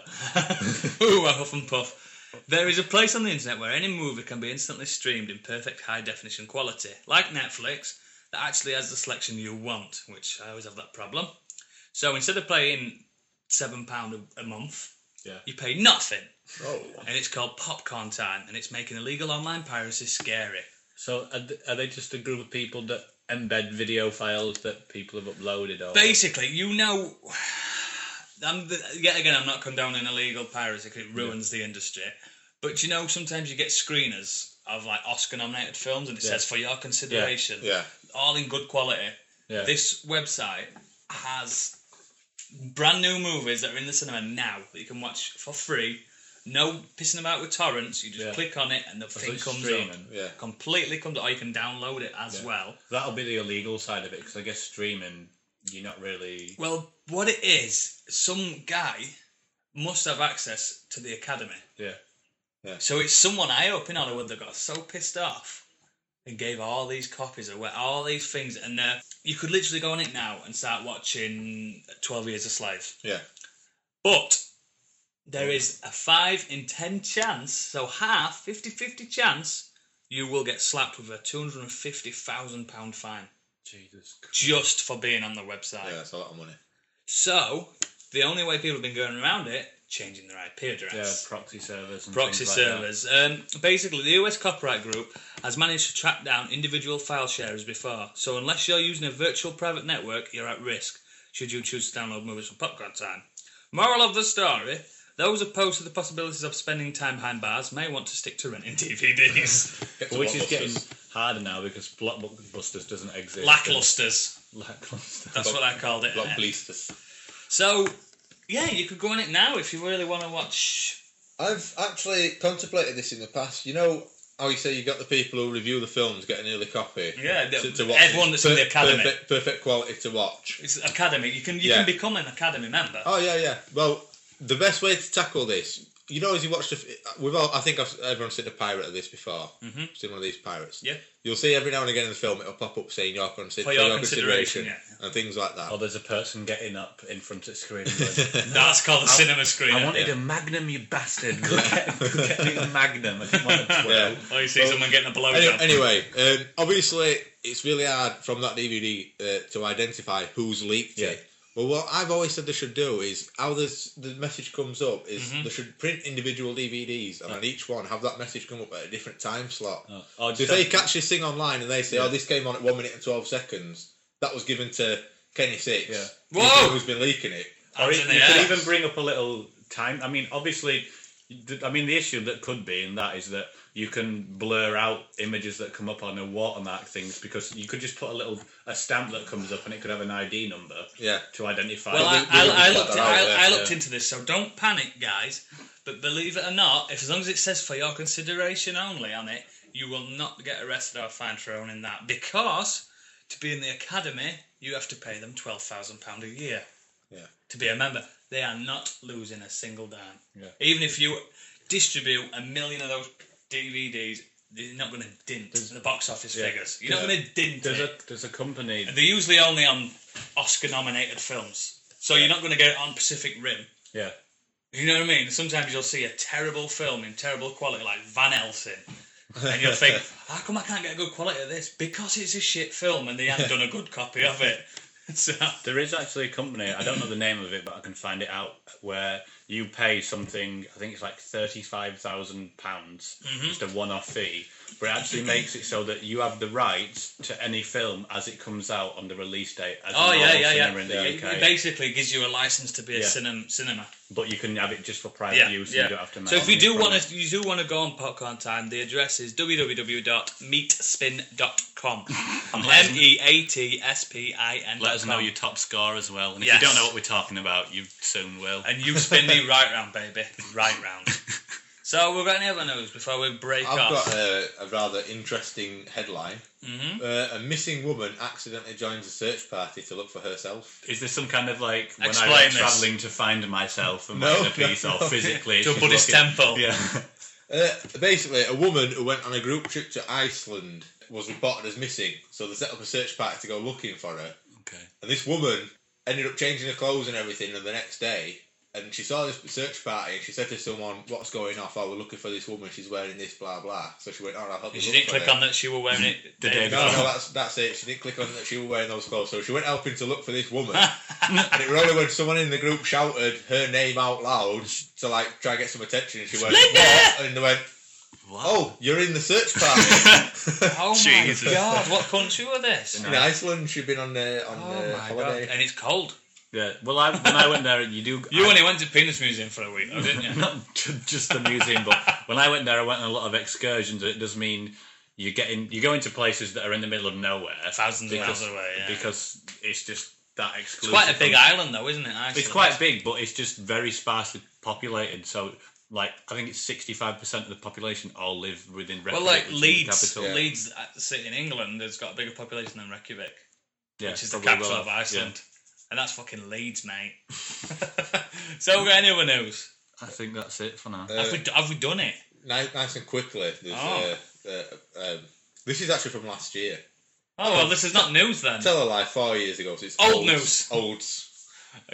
S3: ooh, I huff and puff. There is a place on the internet where any movie can be instantly streamed in perfect high definition quality, like Netflix, that actually has the selection you want, which I always have that problem. So instead of paying seven pound a month,
S4: Yeah.
S3: you pay nothing
S2: Oh,
S3: and it's called Popcorn Time, and it's making illegal online piracy scary.
S4: So are, th- are they just a group of people that embed video files that people have uploaded? Or
S3: Basically, you know, I'm the, yet again, I'm not condoning illegal piracy 'cause it ruins the industry. But you know, sometimes you get screeners of like Oscar-nominated films, and it says for your consideration,
S2: yeah.
S3: all in good quality.
S4: yeah.
S3: This website has brand new movies that are in the cinema now that you can watch for free. No pissing about with torrents. You just
S4: Yeah.
S3: click on it, and the thing
S4: it's
S3: comes up.
S4: streaming.
S2: Yeah.
S3: completely comes or you can download it as
S4: Yeah.
S3: well.
S4: That'll be the illegal side of it because I guess streaming, you're not really.
S3: Well, what it is, some guy must have access to the academy.
S4: Yeah.
S3: So it's someone high up in Hollywood that got so pissed off and gave all these copies away, all these things, and uh, you could literally go on it now and start watching Twelve Years a Slave.
S2: Yeah.
S3: But there is a five in ten chance, so half, 50-50 chance, you will get slapped with a two hundred and fifty thousand pound fine.
S4: Jesus Christ.
S3: just for being on the website.
S2: Yeah, that's a lot of money.
S3: So the only way people have been going around it, changing their IP
S4: Yeah,
S3: address.
S4: proxy servers. And
S3: Proxy
S4: things like that.
S3: servers. Um, basically, the US Copyright Group has managed to track down individual file sharers before. So unless you're using a virtual private network, you're at risk should you choose to download movies from Popcorn Time. Moral of the story: Those opposed to the possibilities of spending time behind bars may want to stick to renting DVDs.
S2: Get to
S4: Which is
S2: Blockbusters.
S4: getting harder now because Blockbusters doesn't exist.
S3: Lacklusters.
S4: Lackluster.
S3: That's what I called it.
S2: Blockbusters.
S3: So, yeah, you could go on it now if you really want to watch
S2: I've actually contemplated this in the past. You know how you say you got the people who review the films get an early copy.
S3: Yeah, the-
S2: to, to watch
S3: everyone that's in the
S2: Per-
S3: academy.
S2: Perfect, perfect quality to watch.
S3: It's academy. You can you
S2: Yeah.
S3: can become an academy member.
S2: Oh yeah, yeah. Well, the best way to tackle this, you know, as you watch the, f- we've all, I think I've, everyone's seen a pirate of this before. Mm-hmm. Seen one of these pirates.
S3: Yeah.
S2: You'll see every now and again in the film it'll pop up saying your, consi-
S3: For your consideration,
S2: and things like that.
S4: Or there's a person getting up in front of the screen. Going,
S3: That's called a cinema screen.
S4: I wanted a Magnum, you bastard. Go get, go get me a Magnum. I didn't want a 12.
S2: Yeah.
S3: Oh, you see someone getting a blowjob.
S2: Any- Anyway, um, obviously, it's really hard from that DVD uh, to identify who's leaked
S4: Yeah.
S2: it. Well, what I've always said they should do is how this, the message comes up is
S4: Mm-hmm.
S2: they should print individual DVDs and on each one have that message come up at a different time slot.
S4: Oh, oh,
S2: So if
S4: just
S2: they
S4: have-
S2: catch this thing online and they say, "Oh, this came on at one minute and twelve seconds," that was given to Kenny Six.
S4: Yeah.
S2: who's been-
S3: Whoa!
S2: who's been leaking it?
S3: Hands
S4: or
S3: in
S4: even,
S3: the
S4: you could
S3: air.
S4: even bring up a little time. I mean, obviously, I mean, the issue that could be in that is that you can blur out images that come up on a watermark things because you could just put a little a stamp that comes up and it could have an ID number
S2: Yeah.
S4: to identify.
S3: Well,
S4: it.
S3: I,
S2: we- we
S3: I, I
S2: looked at
S3: looked,
S2: that
S3: I,
S2: earlier,
S3: I looked
S4: yeah.
S3: into this, so don't panic, guys. But believe it or not, if as long as it says for your consideration only on it, you will not get arrested or fined for owning that because to be in the academy, you have to pay them twelve thousand pound a year.
S2: Yeah.
S3: To be a member, they are not losing a single dime.
S2: Yeah.
S3: Even if you distribute a million of those DVDs, they're not going to dint the box office figures. You're not
S2: Yeah.
S3: going to dint
S4: there's
S3: it.
S4: a there's a company.
S3: They're usually only on Oscar nominated films. So you're not going to get it on Pacific Rim.
S4: Yeah,
S3: You know what I mean? Sometimes you'll see a terrible film in terrible quality, like Van Helsing. And you'll think, how come I can't get a good quality of this? Because it's a shit film and they haven't done a good copy of it. So,
S4: there is actually a company. I don't know the name of it, but I can find it out. Where you pay something, I think it's like thirty-five thousand pounds, just a one-off fee. But it actually makes it so that you have the rights to any film as it comes out on the release date. As a
S3: oh, yeah,
S4: normal
S3: yeah, yeah.
S4: cinema In the
S3: It,
S4: UK.
S3: it basically gives you a license to be a
S4: Yeah.
S3: cinem- cinema.
S4: but you can have it just for private
S3: Yeah,
S4: use.
S3: yeah.
S4: You don't have to. make
S3: So if you
S4: any
S3: do want
S4: promise.
S3: to, you do want to go on Popcorn Time. The address is www.meatspin.com. M e a t s p i n.
S4: let us know your top score as well. And if
S3: Yes.
S4: you don't know what we're talking about, you soon will.
S3: And you spin me right round, baby, right round. So we've got any other news before we break
S2: I've
S3: off? Mm-hmm.
S2: got uh, a, a rather interesting headline. Uh, a missing woman accidentally joins a search party to look for herself.
S4: Is this some kind of like when
S3: Explain
S4: I went
S3: this.
S4: travelling to find myself and
S2: No,
S4: writing a piece
S2: no,
S4: or
S2: no.
S4: physically it's
S3: to a
S4: just
S3: Buddhist
S4: looking-
S3: temple.
S4: Yeah,
S2: Uh, basically, a woman who went on a group trip to Iceland was reported as missing, so they set up a search party to go looking for her.
S4: okay.
S2: And this woman ended up changing her clothes and everything and the next day. And she saw this search party and she said to someone, What's going off? Oh, we're looking for this woman. She's wearing this, blah, blah. So she went, All right, I'll help you.
S3: She
S2: look
S3: didn't
S2: for
S3: click
S2: her."
S3: on that she were wearing it
S4: The day
S2: No, no, that's, that's it. She didn't click on that she was wearing those clothes. So she went helping to look for this woman. and it was only when someone in the group shouted her name out loud to like try and get some attention. And she went,
S3: Linda!
S2: What? And they went,
S4: Wow.
S2: Oh, you're in the search party.
S3: Oh
S4: Jesus.
S3: my god! What country were this?
S2: in Iceland, she'd been on, uh, on
S3: Oh
S2: uh,
S3: my
S2: holiday.
S3: god! And it's cold.
S4: Yeah. Well, I, when I went there, you do.
S3: You only went to Penis Museum for a week, though, didn't you?
S4: not ju- just the museum, but when I went there, I went on a lot of excursions. It does mean you get in, you go into places that are in the middle of nowhere,
S3: Thousands of miles away, yeah.
S4: because it's just that
S3: It's
S4: exclusive.
S3: quite a big
S4: and-
S3: island, though, isn't it? Iceland?
S4: It's quite big, but it's just very sparsely populated. So, like, I think it's sixty-five percent of the population all live within.
S3: Well,
S4: Reykjavik,
S3: like
S4: which is the
S3: Leeds,
S4: capital.
S2: Yeah.
S3: Leeds uh, city in England has got a bigger population than Reykjavik,
S4: Yeah,
S3: which is the
S4: probably
S3: capital
S4: well,
S3: of Iceland, and that's fucking Leeds, mate. so we got any other news?
S4: yeah. Uh, I think that's it for now.
S3: have, we, d- have we done it?
S2: nice, nice and quickly. There's,
S3: Oh.
S2: uh, uh, um, this is actually from last year.
S3: Oh well, this is not news then.
S2: Tell a lie, four years ago. So it's
S3: Old
S2: olds,
S3: news.
S2: Olds.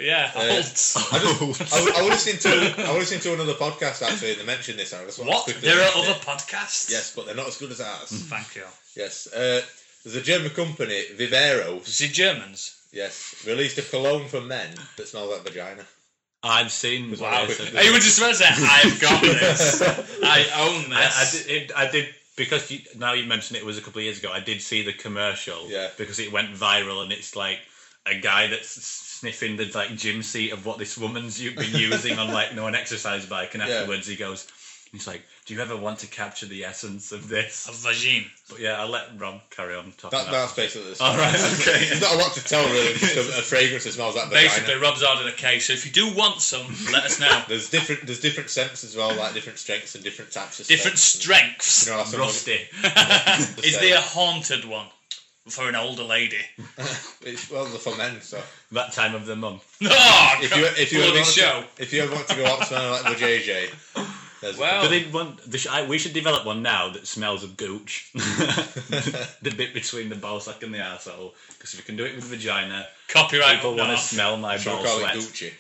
S3: yeah, Holtz.
S2: I, just, I, was- I was listening to I was listening to another podcast actually, and they mentioned this. And I just wanted to
S3: What?
S2: quickly
S3: There are
S2: mention
S3: other
S2: it.
S3: podcasts.
S2: Yes, but they're not as good as ours.
S3: Thank you.
S2: yes. Uh, there's a German company, Vivero.
S3: Is it Germans?
S2: Yes, released a cologne for men that smells like vagina.
S4: I've seen.
S2: Wow.
S4: this. I,
S3: Are you were just about to say, I've got this. I own this.
S4: I did, it, I did because you, now you mentioned it was a couple of years ago. I did see the commercial.
S2: Yeah.
S4: Because it went viral, and it's like a guy that's sniffing the like gym seat of what this woman's u- been using on like no an exercise bike, and
S2: Yeah.
S4: afterwards he goes. He's like, "Do you ever want to capture the essence of this?"
S3: A vagine.
S4: But yeah, I'll let Rob carry on talking.
S3: Oh.
S2: That, that's basically the
S4: All right,
S2: There's
S4: okay.
S2: not a lot to tell really. Just a, a fragrance that smells like vagina.
S3: Basically, Rob's ordered a case, so if you do want some, let us know.
S2: There's different there's different scents as well, like different strengths and different types of
S3: Different
S2: scents.
S3: strengths.
S2: You know, like someone-
S4: Rusty.
S3: Is uh, there a haunted one for an older lady?
S2: It's well, they're for men, so.
S4: that time of the month.
S3: No,
S2: if you if you ever
S3: bloody
S2: want
S3: show.
S2: To, if you ever want to go out smelling like the JJ, there's a-
S3: Well-
S4: But they want, they should, I, we should develop one now that smells of gooch. the bit between the ballsack and the arsehole. Because if we can do it with vagina,
S3: Copyright.
S4: people
S3: will
S4: want to
S3: not.
S4: smell my
S2: should
S4: ball
S2: we call it
S4: sweat.
S2: Gucci?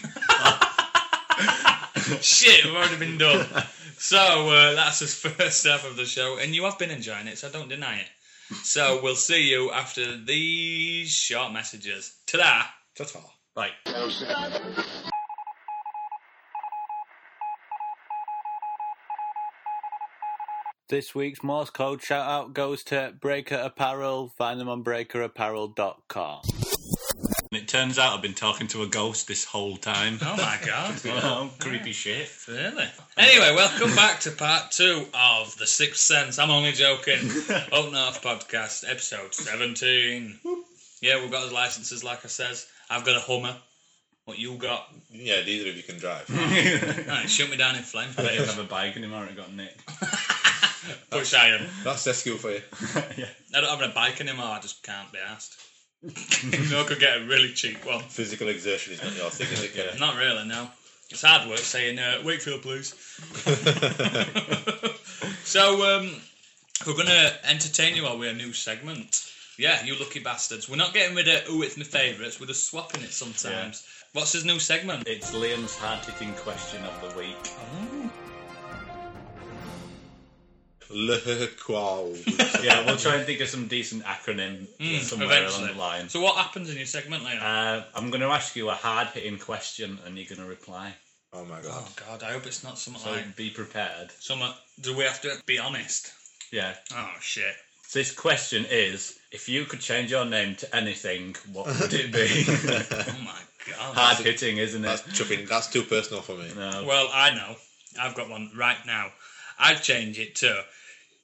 S4: Gooch.
S3: Shit, we've already been done. So uh, that's the first half of the show, and you have been enjoying it, so don't deny it. So we'll see you after these short messages. Ta-da!
S2: Ta-ta.
S4: right.
S5: This week's Morse code shout out goes to Breaker Apparel. Find them on breakerapparel.com.
S4: It turns out I've been talking to a ghost this whole time.
S3: Oh my god.
S4: Oh, creepy shit.
S3: Really? Anyway, welcome back to part two of The Sixth Sense. I'm only joking. Up North Podcast, episode 17. Yeah, we've got his licenses, like I says. I've got a Hummer. What you got?
S2: Yeah, neither of you can drive.
S3: Right, shoot me down in flames,
S4: I
S3: mate.
S4: didn't have a bike anymore, it got nicked.
S3: Push iron.
S2: That's their skill for you.
S3: I don't have a bike anymore, I just can't be asked. no, I could get a really cheap one.
S2: Physical exertion is not your thing, is it? Kenny?
S3: Not really, no. It's hard work saying uh, Wakefield Blues. so um, we're going to entertain you all with a new segment. Yeah, you lucky bastards. We're not getting rid of "Ooh, it's my favourites." We're just swapping it sometimes. What's his new segment?
S4: It's Liam's hard hitting question of the week.
S2: Le qual.
S4: Yeah, we'll try and think of some decent acronym
S3: Hmm,
S4: somewhere along the line.
S3: So what happens in your segment later?
S4: Uh, I'm going to ask you a hard hitting question and you're going to reply.
S2: Oh my god.
S3: oh God, I hope it's not something
S4: So
S3: like
S4: be prepared.
S3: something. Do we have to be honest?
S4: Yeah.
S3: Oh shit.
S4: So this question is if you could change your name to anything, what would it be?
S3: Oh my God.
S4: hard hitting, isn't it?
S2: That's chucking. That's too personal for me.
S4: No.
S3: Well, I know. I've got one right now. I'd change it to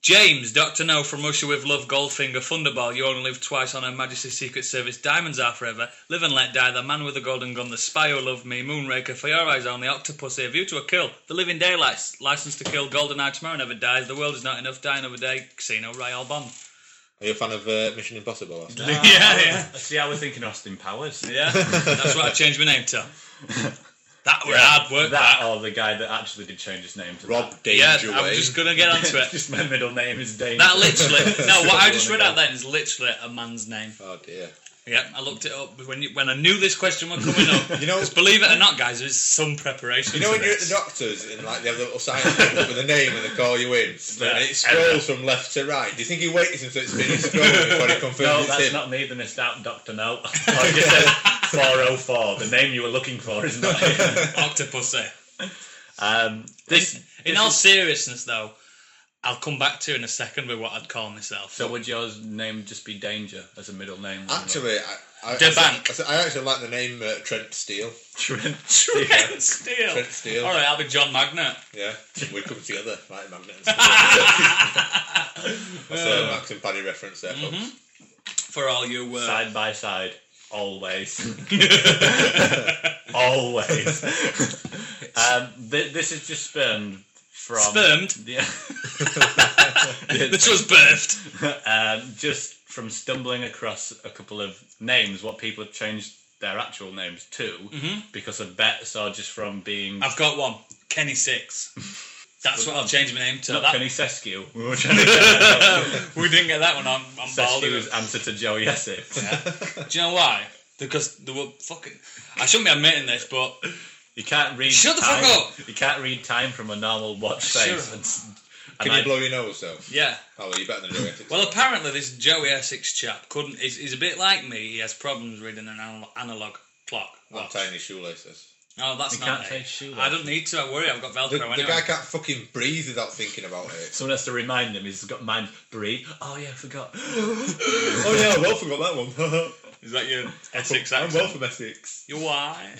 S3: James, Dr. No from Russia with Love, Goldfinger, Thunderball, You Only Live Twice on Her Majesty's Secret Service, Diamonds Are Forever, Live and Let Die, The Man with the Golden Gun, The Spy Who Loved Me, Moonraker, For Your Eyes Only, Octopus, A View to a Kill, The Living Daylights, License to Kill, Golden Eye, Tomorrow Never Dies, The World Is Not Enough, Die Another Day, Casino, Royale Bond.
S2: Are you a fan of uh, Mission Impossible? Or
S4: yeah, yeah. See, I was thinking Austin Powers.
S3: Yeah, that's what I changed my name to. That were hard work.
S4: That
S3: that.
S4: or the guy that actually did change his name to
S2: Rob
S3: Yeah,
S2: Dangerway.
S3: I'm just going to get onto
S4: That.
S3: it.
S4: Just my middle name is Dane.
S3: That literally. No, what I
S4: Forgot
S3: just
S4: one
S3: read out
S4: ago.
S3: then is literally a man's name.
S2: Oh dear.
S3: Yep, I looked it up when you, when I knew this question was coming up.
S2: You know-
S3: 'Cause believe it or not, guys, there's some preparation.
S2: You know
S3: for
S2: when you're at the
S3: this.
S2: doctors and like they have the little sign up with a name and they call you in, and it scrolls from left to right. Do you think he waits until it's finished scrolling before he confirms
S4: No,
S2: it's
S4: that's
S2: him?
S4: not me, the Nostalgic Doctor No. I just said 404. The name you were looking for is not it.
S3: octopus. eh?
S4: Um, this,
S3: In all seriousness, though, I'll come back to in a second with what I'd call myself.
S4: so would yours name just be Danger as a middle name?
S2: Actually, I, I,
S3: The
S2: I,
S3: Bank.
S2: I, I actually like the name uh, Trent Steele.
S4: Trent.
S3: Trent Steele.
S2: Trent Steele.
S3: All right, I'll be John Magnet.
S2: Yeah, we come together like magnet and Steele. That's a Max and Paddy reference there, folks.
S3: For all you, uh,
S4: Side by side, always. always. um, th- this is just spermed from.
S3: Spermed?
S4: Yeah.
S3: this was birthed.
S4: um, just from stumbling across a couple of names, what people have changed their actual names to because of bets or just from being.
S3: I've got one. Kenny Six. That's what I'll change my name to.
S4: not
S3: That-
S4: Kenny Seskew. We were trying to get
S3: we didn't get that one. I'm, I'm bald.
S4: Seskew's answer to Joey Essex.
S3: Do you know why? Because they were fucking. I shouldn't be admitting this, but
S4: You can't read.
S3: Shut the fuck
S4: time.
S3: up!
S4: You can't read time from a normal watch
S3: Sure.
S4: face. And, s- and
S2: Can you
S4: I-
S2: blow your nose though?
S3: yeah.
S2: Oh, you better than doing it.
S3: Well, apparently this Joey Essex chap couldn't. He's, he's a bit like me. He has problems reading an anal- analog clock.
S2: One
S3: Watch.
S2: tiny shoelaces.
S3: No, that's
S4: You
S3: not
S4: can't
S3: me.
S4: say shoelace.
S3: I don't need to. I worry. I've got Velcro
S2: The,
S3: anyway.
S2: the guy can't fucking breathe without thinking about it.
S4: Someone has to remind him. He's got mind breathe. Oh yeah, I forgot.
S2: oh yeah, I well forgot that one.
S3: Is that your Essex
S2: I'm well
S3: accent?
S2: from Essex.
S3: You why?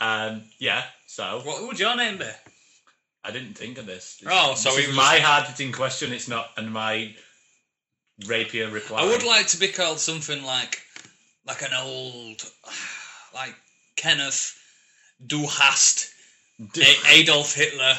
S4: Um, yeah. So
S3: What would your name be?
S4: I didn't think of this.
S3: Oh, so
S4: this
S3: he
S4: is
S3: was-
S4: my hard hitting question. It's not and my rapier reply.
S3: I would like to be called something like, like an old, like Kenneth Du Hast, A- Adolf Hitler.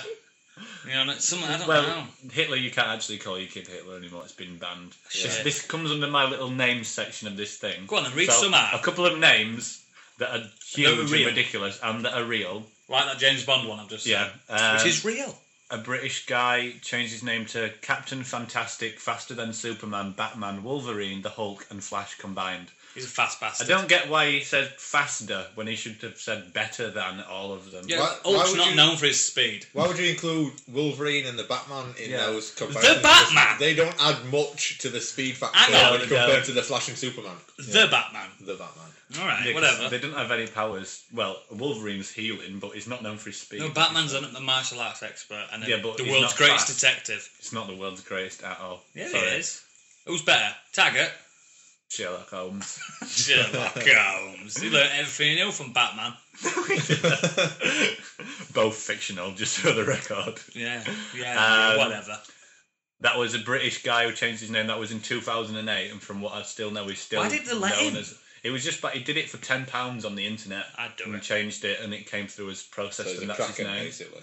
S3: You know, like something I don't
S4: Well,
S3: know.
S4: Hitler, you can't actually call your kid Hitler anymore. It's been banned.
S3: Shit.
S4: This comes under my little names section of this thing.
S3: Go on and read
S4: So,
S3: some out.
S4: A couple of names that are huge and
S3: real.
S4: ridiculous and that are real.
S3: Like that James Bond one I've just
S4: Yeah.
S3: said.
S4: Um,
S3: Which is real.
S4: a British guy changed his name to Captain Fantastic, Faster Than Superman, Batman, Wolverine, The Hulk, and Flash combined.
S3: He's a fast
S4: I
S3: bastard.
S4: don't get why he said faster when he should have said better than all of them.
S3: Yeah,
S2: Why- why
S3: Hulk's
S2: would
S3: not
S2: you-
S3: known for his speed.
S2: Why would you include Wolverine and the Batman in
S4: Yeah.
S2: those comparisons?
S3: Batman!
S2: They don't add much to the speed factor
S3: I know.
S2: when compared to the Flash and Superman.
S3: The Batman.
S2: The Batman.
S3: All right,
S4: Yeah, 'cause
S3: whatever.
S4: They didn't have any powers. Well, Wolverine's healing, but he's not known for his speed.
S3: No, Batman's an, a martial arts expert and a-
S4: Yeah, but
S3: the
S4: he's
S3: world's
S4: not
S3: greatest
S4: fast.
S3: detective.
S4: It's not the world's greatest at all.
S3: Yeah,
S4: Sorry.
S3: he is. Who's better? Taggart?
S4: Sherlock Holmes.
S3: Sherlock Holmes. You learn everything you know from Batman.
S4: Both fictional, just for the record.
S3: Yeah, yeah,
S4: Um,
S3: whatever.
S4: That was a British guy who changed his name. That was in 2008, and from what I still know, he's still.
S3: Why did they let
S4: known
S3: him?
S4: As, it was just, but he did it for ten pounds on the internet.
S3: I'd do
S4: and
S3: it.
S4: changed it, and it came through as processed,
S2: So he's a
S4: and that's his
S2: cracker,
S4: name.
S2: basically.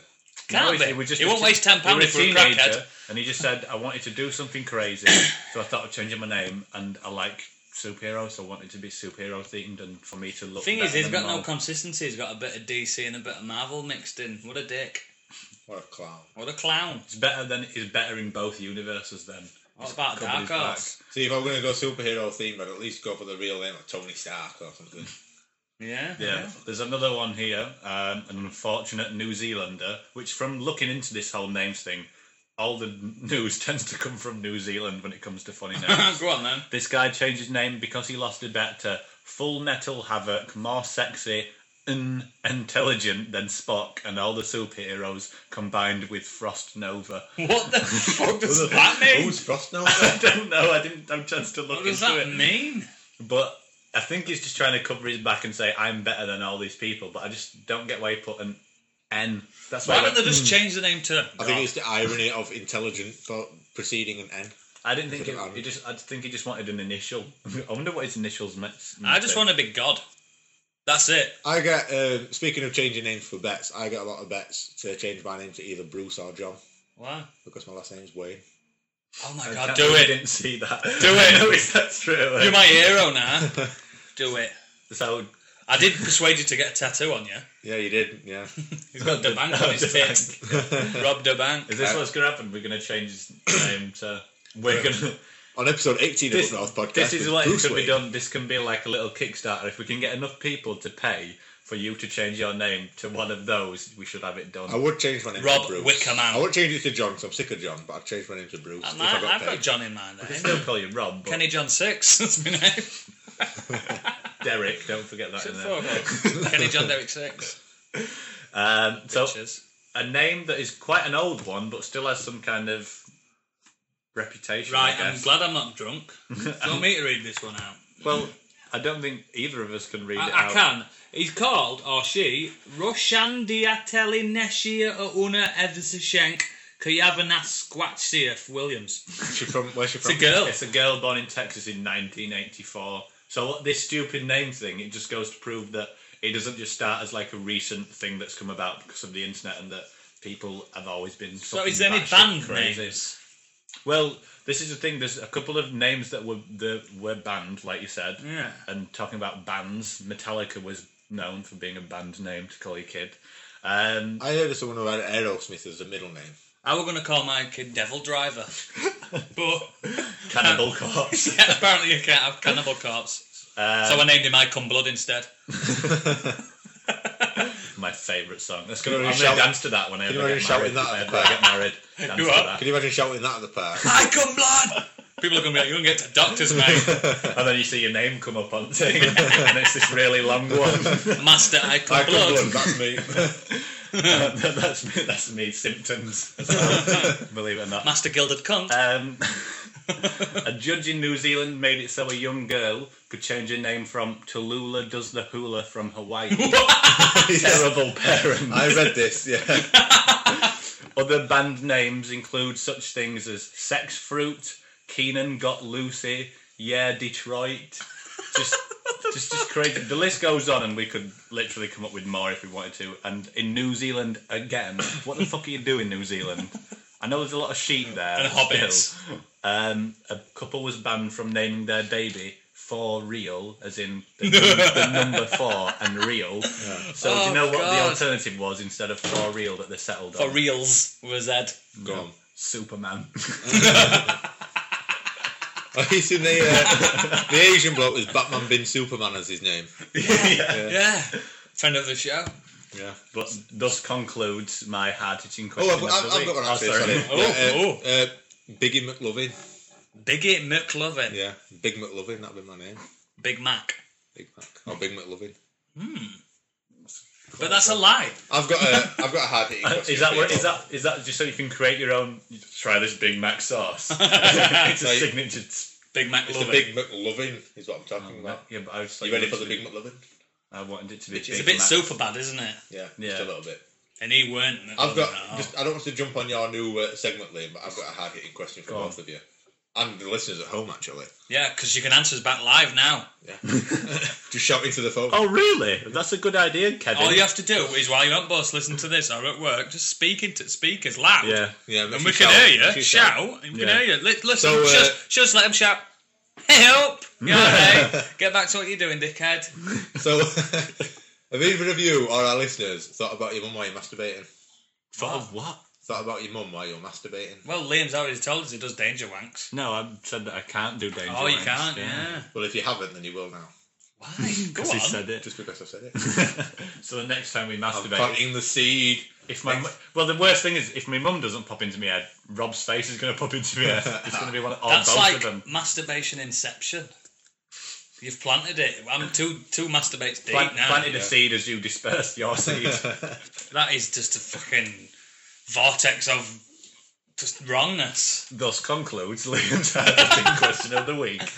S4: No,
S3: Can't
S4: he-
S3: be.
S4: he was just
S3: He won't
S4: te-
S3: waste ten
S4: he
S3: pounds
S4: was
S3: for a
S4: teenager,
S3: crackhead.
S4: And he just said, "I wanted to do something crazy, so I thought of changing my name, and I like superheroes, so I wanted to be superhero themed, and for me to
S3: The
S4: look."
S3: thing is,
S4: better
S3: he's
S4: than
S3: got
S4: them
S3: no
S4: all."
S3: consistency. He's got a bit of DC and a bit of Marvel mixed in. What a dick!
S2: What a clown.
S3: What a clown!
S4: It's better than he's better in both universes. Then
S3: What about
S4: covered
S3: Dark
S4: his back.
S3: Horse?
S2: See, if I'm going to go superhero themed, I'd at least go for the real name, like Tony Stark or something.
S3: Yeah,
S4: Yeah. There's another one here, um, an unfortunate New Zealander, which from looking into this whole names thing, all the n- news tends to come from New Zealand when it comes to funny names.
S3: Go on then.
S4: this guy changed his name because he lost a bet to Full Metal Havoc, more sexy and intelligent than Spock and all the superheroes combined with Frost Nova.
S3: What the fuck does that mean?
S2: Who's Frost now?
S4: I don't know, I didn't have a chance to look
S3: What
S4: into
S3: does that
S4: it.
S3: mean?
S4: But I think he's just trying to cover his back and say I'm better than all these people. But I just don't get why he put an N. That's why,
S3: Why
S4: I,
S3: don't
S4: went,
S3: they just change the name to?
S2: I think it's the irony of intelligent for preceding an N.
S4: I didn't think
S2: Put
S4: it,
S2: an N.
S4: he just. I just think he just wanted an initial. I wonder what his initials meant.
S3: I just want to be God. That's it.
S2: I get, um, speaking of changing names for bets, I get a lot of bets to change my name to either Bruce or John
S3: Why?
S2: because my last name's Wayne.
S3: Oh my
S4: I
S3: God!
S4: can't-
S3: Do
S4: I
S3: it.
S4: Didn't see that. Do
S3: it.
S4: no, is that true?
S3: You're my hero now. Do it.
S4: so
S3: I did persuade you to get a tattoo on you.
S2: Yeah, you did. Yeah.
S3: He's got the bank on
S4: Oh,
S3: his
S4: DeBank.
S3: tit. Rob the bank.
S4: is this what's going to happen? We're going to change his name to. We're going to.
S2: On episode 18
S4: This,
S2: of Up North Podcast,
S4: this is
S2: with
S4: what
S2: Bruce
S4: it could be
S2: Wayne.
S4: done. This can be like a little Kickstarter. If we can get enough people to pay for you to change your name to one of those, we should have it done.
S2: I would change my name
S3: Rob
S2: to Bruce.
S3: Wickerman.
S2: I would change it to John because I'm sick of John, but I'd change my name to Bruce.
S3: I
S2: if
S3: might-
S2: I got
S3: I've got
S2: paid.
S3: John in mind.
S4: I
S3: There.
S4: still call you Rob, but
S3: Kenny John Six. That's my name.
S4: Derek. Don't forget that. In there.
S3: Kenny John Derek Six.
S4: Um, so
S3: Cheers.
S4: a name that is quite an old one, but still has some kind of reputation.
S3: Right,
S4: I
S3: I'm
S4: guess.
S3: glad I'm not drunk. Do you want me to read this one out?
S4: well, I don't think either of us can read it
S3: I, I
S4: out.
S3: can. He's called, or she, Roshandiateli Neshia Una Evsashenk Kayavanasquatsief Williams.
S2: She from, where's she
S3: It's
S2: from?
S3: a girl.
S4: It's a girl born in Texas in 1984. So what- this stupid name thing, it just goes to prove that it doesn't just start as like a recent thing that's come about because of the internet and that people have always been.
S3: So
S4: fucking
S3: is there any
S4: batshit
S3: band
S4: crazy.
S3: names?
S4: Well, this is the thing. There's a couple of names that were that were banned, like you said.
S3: Yeah.
S4: And talking about bands, Metallica was known for being a band name to call your kid. Um,
S2: I heard of someone who had Aerosmith as a middle name.
S3: I was going to call my kid Devil Driver. but
S4: Cannibal Corpse.
S3: yeah, apparently you can't have Cannibal Corpse. so I named him I Come Blood instead.
S4: my favourite song. That's gonna,
S2: you
S4: I'm
S2: imagine
S4: going to
S2: shouting-
S4: dance to that whenever
S2: you
S4: I
S2: imagine
S4: get married.
S2: shouting that at
S4: Whenever
S2: the
S4: I get married, dance
S3: You
S4: to
S3: are?
S4: that.
S2: Can you imagine shouting that at the park?
S3: I Come Blood! People are going to be like, you're going to get to doctors, mate.
S4: And then you see your name come up on the thing, and it's this really long one.
S3: Master I Come
S2: I come
S3: Blood.
S2: blood, that's me.
S4: that's me, that's me. Symptoms. Believe it or not.
S3: Master Gilded Cunt.
S4: Um, a judge in New Zealand made it so a young girl could change her name from Tallulah does the hula from Hawaii. Terrible parent.
S2: I read this, yeah.
S4: Other band names include such things as Sex Fruit, Keenan Got Lucy, Yeah Detroit. Just, just, just crazy. The list goes on, and we could literally come up with more if we wanted to. And in New Zealand again, what the fuck are you doing, New Zealand? I know there's a lot of sheep there.
S3: And
S4: but
S3: hobbits.
S4: still. Um, a couple was banned from naming their baby for real, as in the, the number four and real. So do
S3: Oh,
S4: you know what the
S3: God.
S4: alternative was instead of for real that they settled
S3: For
S4: on?
S3: reals was Ed.
S2: Go on.
S4: Superman.
S2: Have you seen Oh, the, uh, the Asian bloke with Batman bin Superman as his name?
S3: Yeah. Friend of the show.
S2: Yeah.
S4: but thus concludes my hard hitting
S2: Oh,
S4: question.
S2: I've,
S4: of
S2: I've,
S4: the
S2: I've got
S4: week.
S2: one
S4: Oh,
S2: actually,
S4: sorry.
S2: sorry.
S3: Oh,
S2: Yeah, uh, uh, Biggie McLovin.
S3: Biggie McLovin.
S2: Yeah, Big McLovin, that'd be my name.
S3: Big Mac.
S2: Big Mac. Oh, Big McLovin.
S3: But that's a lie.
S2: I've got a, I've got a hard hitting question.
S4: Is that
S2: for
S4: what
S2: you.
S4: is that is that just so you can create your own? Try this Big Mac sauce. it's a
S2: Like-
S4: signature s-
S3: Big Mac
S2: It's the
S3: Lovin.
S2: big McLovin is what I'm talking about.
S4: Yeah, but I was
S2: You ready for the big McLovin?
S4: I wanted it to be.
S3: it's a
S4: Big
S3: bit
S4: Mac.
S3: super bad, isn't it?
S2: Yeah, just
S4: Yeah.
S2: a little bit.
S3: And oh, he weren't.
S2: I've got.
S3: at all.
S2: Just, I don't want to jump on your new uh, segment, Liam, but I've got a hard hitting question for
S4: Go on.
S2: both of you and the listeners at home. Actually,
S3: yeah, because you can answer us back live now.
S2: yeah. just shout into the phone.
S4: Oh, really? That's a good idea, Kevin.
S2: Oh,
S3: All you have to do is while you're on bus, listen to this or at work, just speak into speakers loud.
S4: yeah.
S2: Yeah, make
S3: And
S2: sure
S3: we can
S2: shout,
S3: hear
S2: make
S3: you
S2: sure
S3: shout, and we
S4: Yeah.
S3: can hear you. Li- Listen,
S2: So, uh,
S3: just, just let them shout, help! You know what I mean? Get back to what you're doing, dickhead.
S2: So, have either of you or our listeners thought about your mum while you're masturbating?
S4: Thought of what?
S2: Thought about your mum while you're masturbating?
S3: Well, Liam's already told us he does danger wanks.
S4: No, I said that I can't do danger.
S3: Oh, you
S4: Wanks,
S3: can't, yeah.
S2: Well, if you haven't, then you will now.
S3: Why? Go
S4: Because he
S3: on.
S4: said it.
S2: Just because I said it.
S4: so the next time we
S2: I'm
S4: masturbate,
S2: planting the seed.
S4: if my mu- well, the worst thing is if my mum doesn't pop into my head, Rob's face is going to pop into my head. It's going to be one of or
S3: That's
S4: Oh, both
S3: like
S4: of them.
S3: masturbation inception. You've planted it. I'm two two masturbates deep
S4: Plant,
S3: now.
S4: planted a seed as you dispersed your seed.
S3: That is just a fucking vortex of just wrongness.
S4: Thus concludes Liam's hard hitting question of the week. And,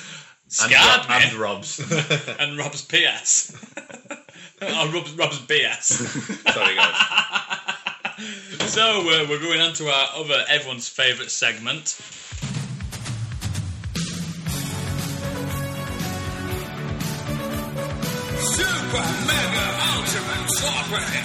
S3: Scarred
S4: Rob-
S3: me.
S4: and Rob's.
S3: and Rob's PS. or Rob's, Rob's BS.
S2: Sorry, guys.
S3: so uh, we're going on to our other everyone's favourite segment. Super mega ultimate topic.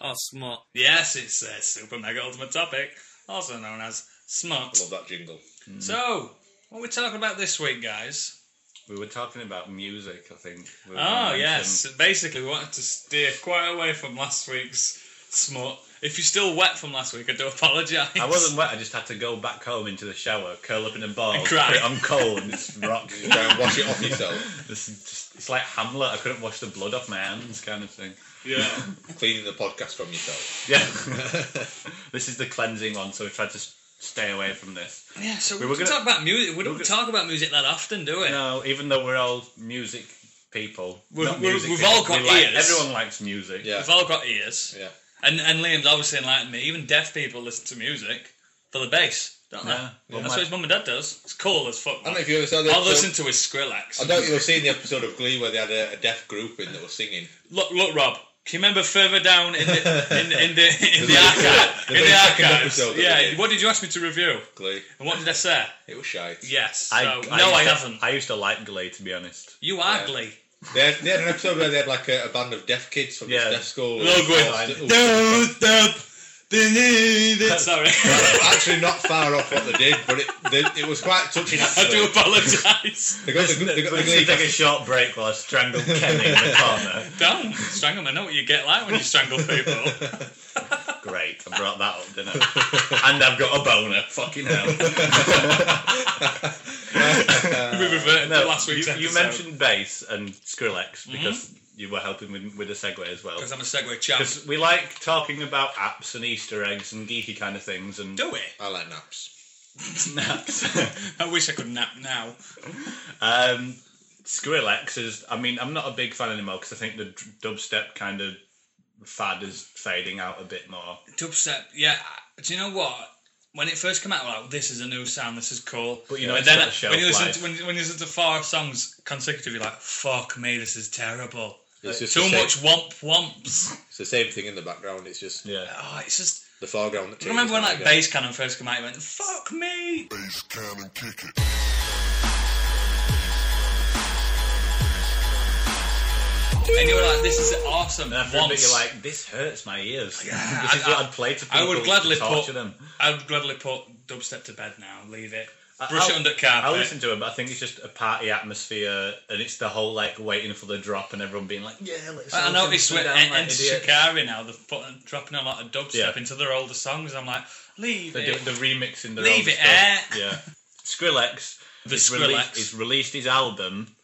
S4: Oh,
S3: Or smut. Yes, it's uh, super mega ultimate topic, also known as smut.
S2: Love that jingle.
S3: So what are we talking about this week, guys?
S4: We were talking about music, I think. We were gonna
S3: Oh
S4: mention-
S3: yes, basically we wanted to steer quite away from last week's smut. If you're still wet from last week, I do apologise.
S4: I wasn't wet. I just had to go back home into the shower, curl up in a ball,
S3: And cry.
S4: put it on cold, and just rock.
S2: You try and wash it off yourself.
S4: It's, just, it's like Hamlet. I couldn't wash the blood off my hands, kind of thing.
S3: Yeah.
S2: Cleaning the podcast from yourself.
S4: Yeah. this is the cleansing one, so we tried to s- stay away from this.
S3: yeah. So we,
S4: were
S3: can
S4: gonna-
S3: talk about music. We don't
S4: gonna-
S3: talk about music that often, do we?
S4: No, even though we're all music people,
S3: We're-
S4: not
S3: we're-
S4: music
S3: we've
S4: people,
S3: all got
S4: we like-
S3: ears.
S4: everyone likes music.
S2: Yeah.
S3: We've all got ears,
S2: Yeah.
S3: and and Liam's obviously enlightened me. Even deaf people listen to music for the bass, don't they?
S4: Yeah. Well,
S3: That's
S4: my-
S3: what his mum and dad does. It's cool as fuck.
S2: I don't know if you ever saw the
S3: I'll
S2: episode-
S3: listen to his Skrillex.
S2: I doubt you've seen the episode of Glee where they had a, a deaf group in that was singing.
S3: Look, look, Rob. Can you remember further down in the in, in the in the,
S2: very-
S3: archive?
S2: the
S3: in
S2: very
S3: the
S2: second
S3: archives.
S2: episode that we
S3: Yeah.
S2: did.
S3: What did you ask me to review?
S2: Glee.
S3: And what did I say?
S2: It was shy.
S3: Yes.
S4: I,
S3: so-
S4: I
S3: no,
S4: used
S3: I
S4: to-
S3: haven't.
S4: I used to like Glee, to be honest.
S3: You are
S2: Yeah.
S3: Glee.
S2: They had, they had an episode where they had like a, a band of deaf kids from
S4: Yeah.
S2: this deaf school.
S3: They're all going,
S2: Oh,
S3: Sorry.
S2: actually not far off what they did, but it, they, it was quite touching.
S3: I do
S2: Actually.
S3: apologise.
S2: They got the, they got the
S4: We're
S2: Glee
S4: going to take a short break while I strangle Kenny in the corner.
S3: Don't strangle me. I know what you get like when you strangle people.
S4: Great, I brought that up, didn't I? and I've got a boner. Fucking hell.
S3: we reverted to
S4: No,
S3: last week's
S4: you,
S3: episode. Mm-hmm.
S4: you mentioned bass and Skrillex because you were helping with, with a segue as well.
S3: because I'm a Segway champ.
S4: Because we like talking about apps and Easter eggs and geeky kind of things and
S3: Do we?
S2: I like naps.
S4: snaps.
S3: I wish I could nap now.
S4: um, Skrillex is. I mean, I'm not a big fan anymore because I think the d- dubstep kind of fad is fading out a bit more.
S3: Dubstep. Yeah. I- Do you know what? When it first came out, I was like, this is a new sound. This is cool.
S4: But, you know,
S3: and
S4: it's
S3: then
S4: got a
S3: I-
S4: shelf
S3: when you listen
S4: life.
S3: to, when, when you listen to four songs consecutively, you're like, fuck me, this is terrible.
S2: It's just
S3: Too
S2: the same-
S3: much womp womps.
S2: It's the same thing in the background. It's just
S4: Yeah.
S3: Oh, it's just.
S2: the foreground. That
S3: I remember when like
S2: changes.
S3: bass cannon first came out, it went fuck me.
S6: bass can and kick it.
S3: And you were like, this is awesome.
S4: And after a bit,
S3: Once,
S4: you're like, this hurts my ears.
S3: Yeah,
S4: this is
S3: I-
S4: what
S3: I-
S4: I'd play to people.
S3: I would gladly
S4: to torture
S3: put-
S4: them.
S3: I would gladly put dubstep to bed now, leave it,
S4: I-
S3: brush it
S4: I'll-
S3: under the
S4: I
S3: carpet.
S4: listen to it, but I think it's just a party atmosphere, and it's the whole like waiting for the drop, and everyone being like, "Yeah, let's."
S3: I
S4: all
S3: noticed
S4: come
S3: with
S4: down
S3: En-
S4: like
S3: Enter
S4: idiots."
S3: Shikari now, they're putting, dropping a lot of dubstep
S4: Yeah.
S3: into their older songs. I'm like, leave
S4: They do
S3: it.
S4: the remix in the
S3: Leave
S4: own
S3: it
S4: stuff.
S3: air.
S4: Yeah, Skrillex.
S3: The
S4: is
S3: Skrillex.
S4: Released, is released his album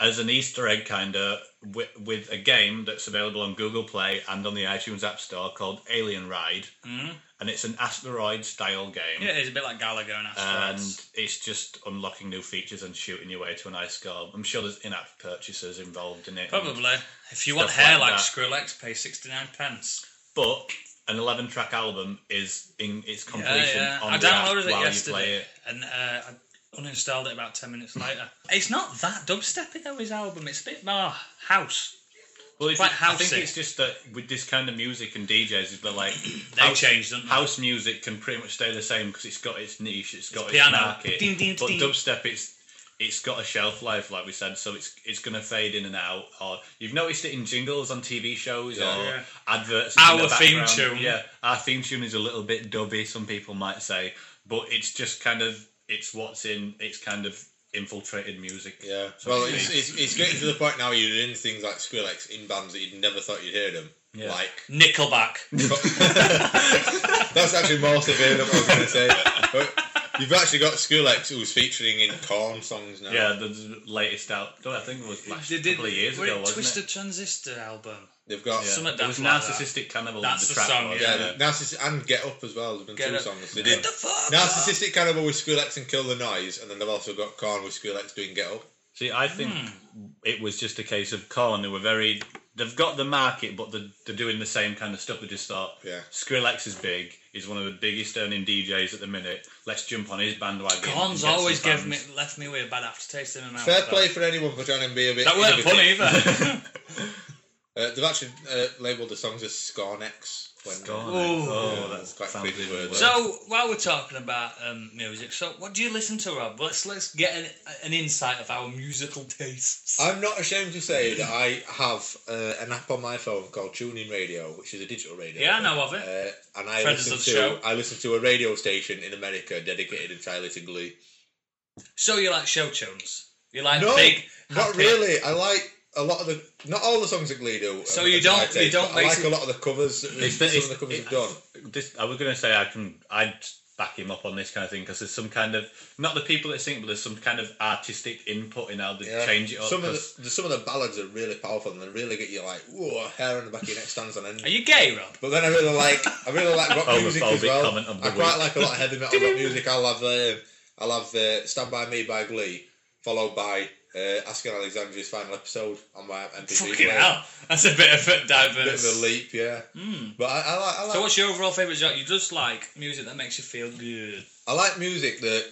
S4: as an Easter egg kind of with, with a game that's available on Google Play and on the iTunes App Store called Alien Ride,
S3: Mhm.
S4: and it's an asteroid style game.
S3: Yeah, it's a bit like Gallagher and
S4: And
S3: Asteroids.
S4: it's just unlocking new features and shooting your way to an ice goal. I'm sure there's in-app purchases involved in it. and-
S3: Probably. If you want
S4: Stuff
S3: hair like,
S4: like
S3: Skrillex, pay 69 pence.
S4: but an 11 track album is in its
S3: Yeah,
S4: completion
S3: yeah.
S4: on
S3: I
S4: the app
S3: downloaded it
S4: while you play
S3: yesterday.
S4: it.
S3: And uh, I uninstalled it about 10 minutes later. It's not that dubsteppy though, his album. It's a bit more house.
S4: Well, it's,
S3: quite
S4: I
S3: housey.
S4: think it's just that with this kind of music and DJs, they're like
S3: They changed, didn't they?
S4: House music can pretty much stay the same because it's got its niche, it's got its,
S3: piano.
S4: market.
S3: Ding, ding,
S4: but
S3: ding.
S4: dubstep, it's it's got a shelf life, like we said, so it's it's going to fade in and out. Or you've noticed it in jingles on TV shows or
S3: Yeah.
S4: adverts.
S3: Our
S4: in the
S3: theme
S4: background.
S3: tune.
S4: yeah. Our theme tune is a little bit dubby, some people might say, but it's just kind of it's what's in. It's kind of infiltrated music.
S2: Yeah.
S4: so
S2: Well,
S4: to
S2: it's,
S4: speak.
S2: it's, it's getting to the point now you're in things like Skrillex in bands that you'd never thought you'd heard them.
S4: Yeah.
S2: Like
S3: Nickelback.
S2: That's actually more severe than what I was going to say. But you've actually got Skrillex who's featuring in Corn songs now.
S4: Yeah, the- the latest out. oh, I think it was last
S3: They
S4: couple of years
S3: were
S4: ago,
S3: it
S4: wasn't
S3: Twisted
S4: it?
S3: Transistor album.
S2: They've got
S4: Yeah.
S3: Some of
S4: It was
S3: that like
S4: narcissistic cannibal.
S3: That's the
S4: the track
S3: song,
S4: was,
S2: yeah,
S3: yeah.
S2: Narcissi- and Get Up as well. There's been
S3: Get
S2: two
S3: Up.
S2: songs. They
S3: Get
S2: did.
S3: the fuck up.
S2: Narcissistic Cannibal with Skrillex and Kill the Noise, and then they've also got Corn with Skrillex doing Get Up.
S4: See, I think
S3: Hmm.
S4: it was just a case of Korn. They were very. They've got the market, but they're, they're doing the same kind of stuff. They just thought,
S2: Yeah.
S4: Skrillex is big. He's one of the biggest earning DJs at the minute. Let's jump on his bandwagon.
S3: Corn's
S4: and get some
S3: always gave me
S4: fans."
S3: left me with a bad aftertaste in my mouth.
S2: Fair
S3: though.
S2: play for anyone for trying to be a bit.
S3: That weren't
S2: innovative.
S3: fun either.
S2: Uh, they've actually uh, labelled the songs as Scornex. When,
S4: Korn,
S3: Ooh.
S4: Oh,
S2: Yeah,
S4: that's
S2: eh? quite
S4: quite
S2: big word.
S3: so while we're talking about um, music, so what do you listen to, Rob? Let's let's get an, an insight of our musical tastes.
S2: I'm not ashamed to say that I have uh, an app on my phone called TuneIn Radio, which is a digital radio.
S3: Yeah, I know of it.
S2: Uh, and I
S3: Friends
S2: listen
S3: of
S2: to
S3: the show.
S2: I listen to a radio station in America dedicated entirely to Glee.
S3: So you like show tunes? You like
S2: No,
S3: big?
S2: Not
S3: happy-
S2: really. I like a lot of the not all the songs that Glee do.
S3: So
S2: uh,
S3: you
S2: are
S3: don't-
S2: my taste,
S3: you don't
S2: but I like
S3: basic-
S2: a lot of the covers. That
S4: It's-
S2: some
S4: it's-
S2: of the covers
S4: it-
S2: have done.
S4: This, I was going to say I can. I'd back him up on this kind of thing because there's some kind of not the people that sing, but there's some kind of artistic input in how they
S2: Yeah.
S4: change it up.
S2: Some of
S4: 'cause-
S2: the, the some of the ballads are really powerful and they really get you like whoa hair on the back of your neck stands on end.
S3: Are you gay, Rob?
S2: But then I really like I really like rock music as
S4: Homophobic
S2: well.
S4: comment of the
S2: I quite
S4: week.
S2: like a lot of heavy metal rock music. I love the I love the Stand by Me by Glee, followed by uh, Asking Alexandria's final episode on my MP3
S3: Fucking hell, that's a bit of a
S2: Bit of
S3: diverse. Hmm.
S2: a leap, yeah. But I, I like I like,
S3: So what's your overall favourite genre? You just like music that makes you feel good.
S2: I like music that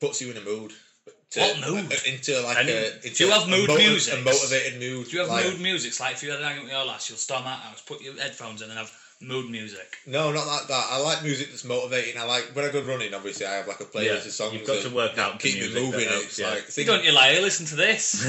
S2: puts you in a mood. To,
S3: What mood?
S2: uh, Into like
S4: Any-
S2: a into
S3: Do you have
S2: a
S3: mood
S2: motiv-
S3: music?
S2: A motivated mood.
S3: Do you have
S2: like-
S3: mood music? Like if you had an argument with your lass, you'll storm out house, put your headphones in, and have mood music.
S2: No, not like that. I like music that's motivating. I like when I go running. Obviously, I have like a playlist
S4: Yeah,
S2: of songs.
S4: you've got
S2: that
S4: to work out the
S2: keep
S4: music
S2: me
S4: that
S2: moving.
S4: helps,
S2: it's
S4: yeah.
S2: like
S3: You
S2: think,
S3: don't you lie? Listen to this.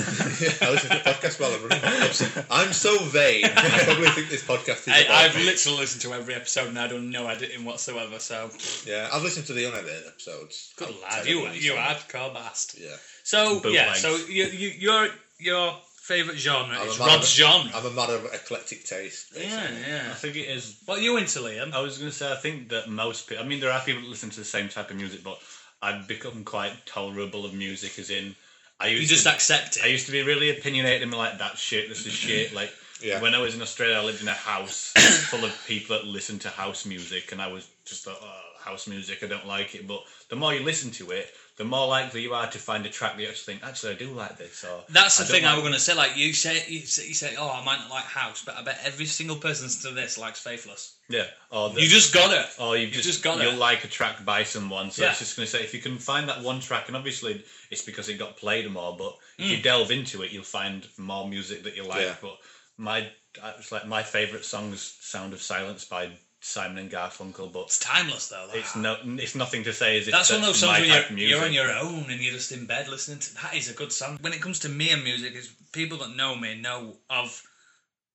S2: I listen to podcasts while I'm running. I'm so vain. I probably think this podcast is.
S3: I,
S2: about
S3: I've
S2: me.
S3: literally listened to every episode and I done no editing whatsoever. So
S2: yeah, I've listened to the unedited episodes.
S3: good
S2: I'll
S3: lad,
S2: tell
S3: you
S2: everyone
S3: you
S2: so.
S3: hardcore bastard.
S2: Yeah,
S3: So yeah,
S4: Bootlegs.
S3: so you, you, your your favourite genre
S2: I'm
S3: is
S2: a man of-
S3: Rob's genre.
S2: I'm a man of eclectic taste. Basically.
S3: Yeah, yeah.
S4: I think it is
S3: What are you into, Liam?
S4: I was going to say, I think that most people, I mean, there are people that listen to the same type of music, but I've become quite tolerable of music, as in, I used
S3: You just
S4: to,
S3: accept
S4: I
S3: it.
S4: used to be really opinionated and be like, that shit, this is shit. Like,
S2: Yeah.
S4: when I was in Australia, I lived in a house full of people that listened to house music, and I was just like, oh, house music, I don't like it. But the more you listen to it, the more likely you are to find a track that you actually think, actually, I do like this. Or,
S3: That's the
S4: don't
S3: thing I
S4: like
S3: was going to say. Like you say, you say, you say, oh, I might not like House, but I bet every single person to this likes Faithless.
S4: Yeah. Or the,
S3: You just got it.
S4: or you've
S3: You
S4: just,
S3: just got
S4: you'll
S3: it.
S4: like a track by someone. So
S3: Yeah.
S4: it's just going to say if you can find that one track, and obviously it's because it got played more, but if
S3: Mm.
S4: you delve into it, you'll find more music that you like.
S2: Yeah.
S4: But my I- it's like my favorite songs, "Sound of Silence" by Simon and Garfunkel,
S3: It's
S4: but
S3: timeless though. that.
S4: it's no, it's nothing to say as if
S3: That's one of those songs
S4: my
S3: where
S4: type
S3: you're,
S4: of music.
S3: you're on your own and you're just in bed listening to. That is a good song. When it comes to me and music, is people that know me know of.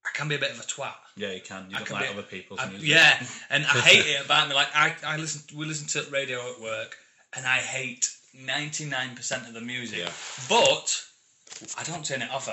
S3: I can be a bit of a twat.
S4: yeah, you can. You
S3: I
S4: don't
S3: can
S4: like
S3: be-
S4: other people's
S3: I-
S4: music.
S3: yeah, and I hate it about me. Like I, I listen, we listen to radio at work, and I hate ninety nine percent of the music.
S2: Yeah.
S3: But I don't turn it off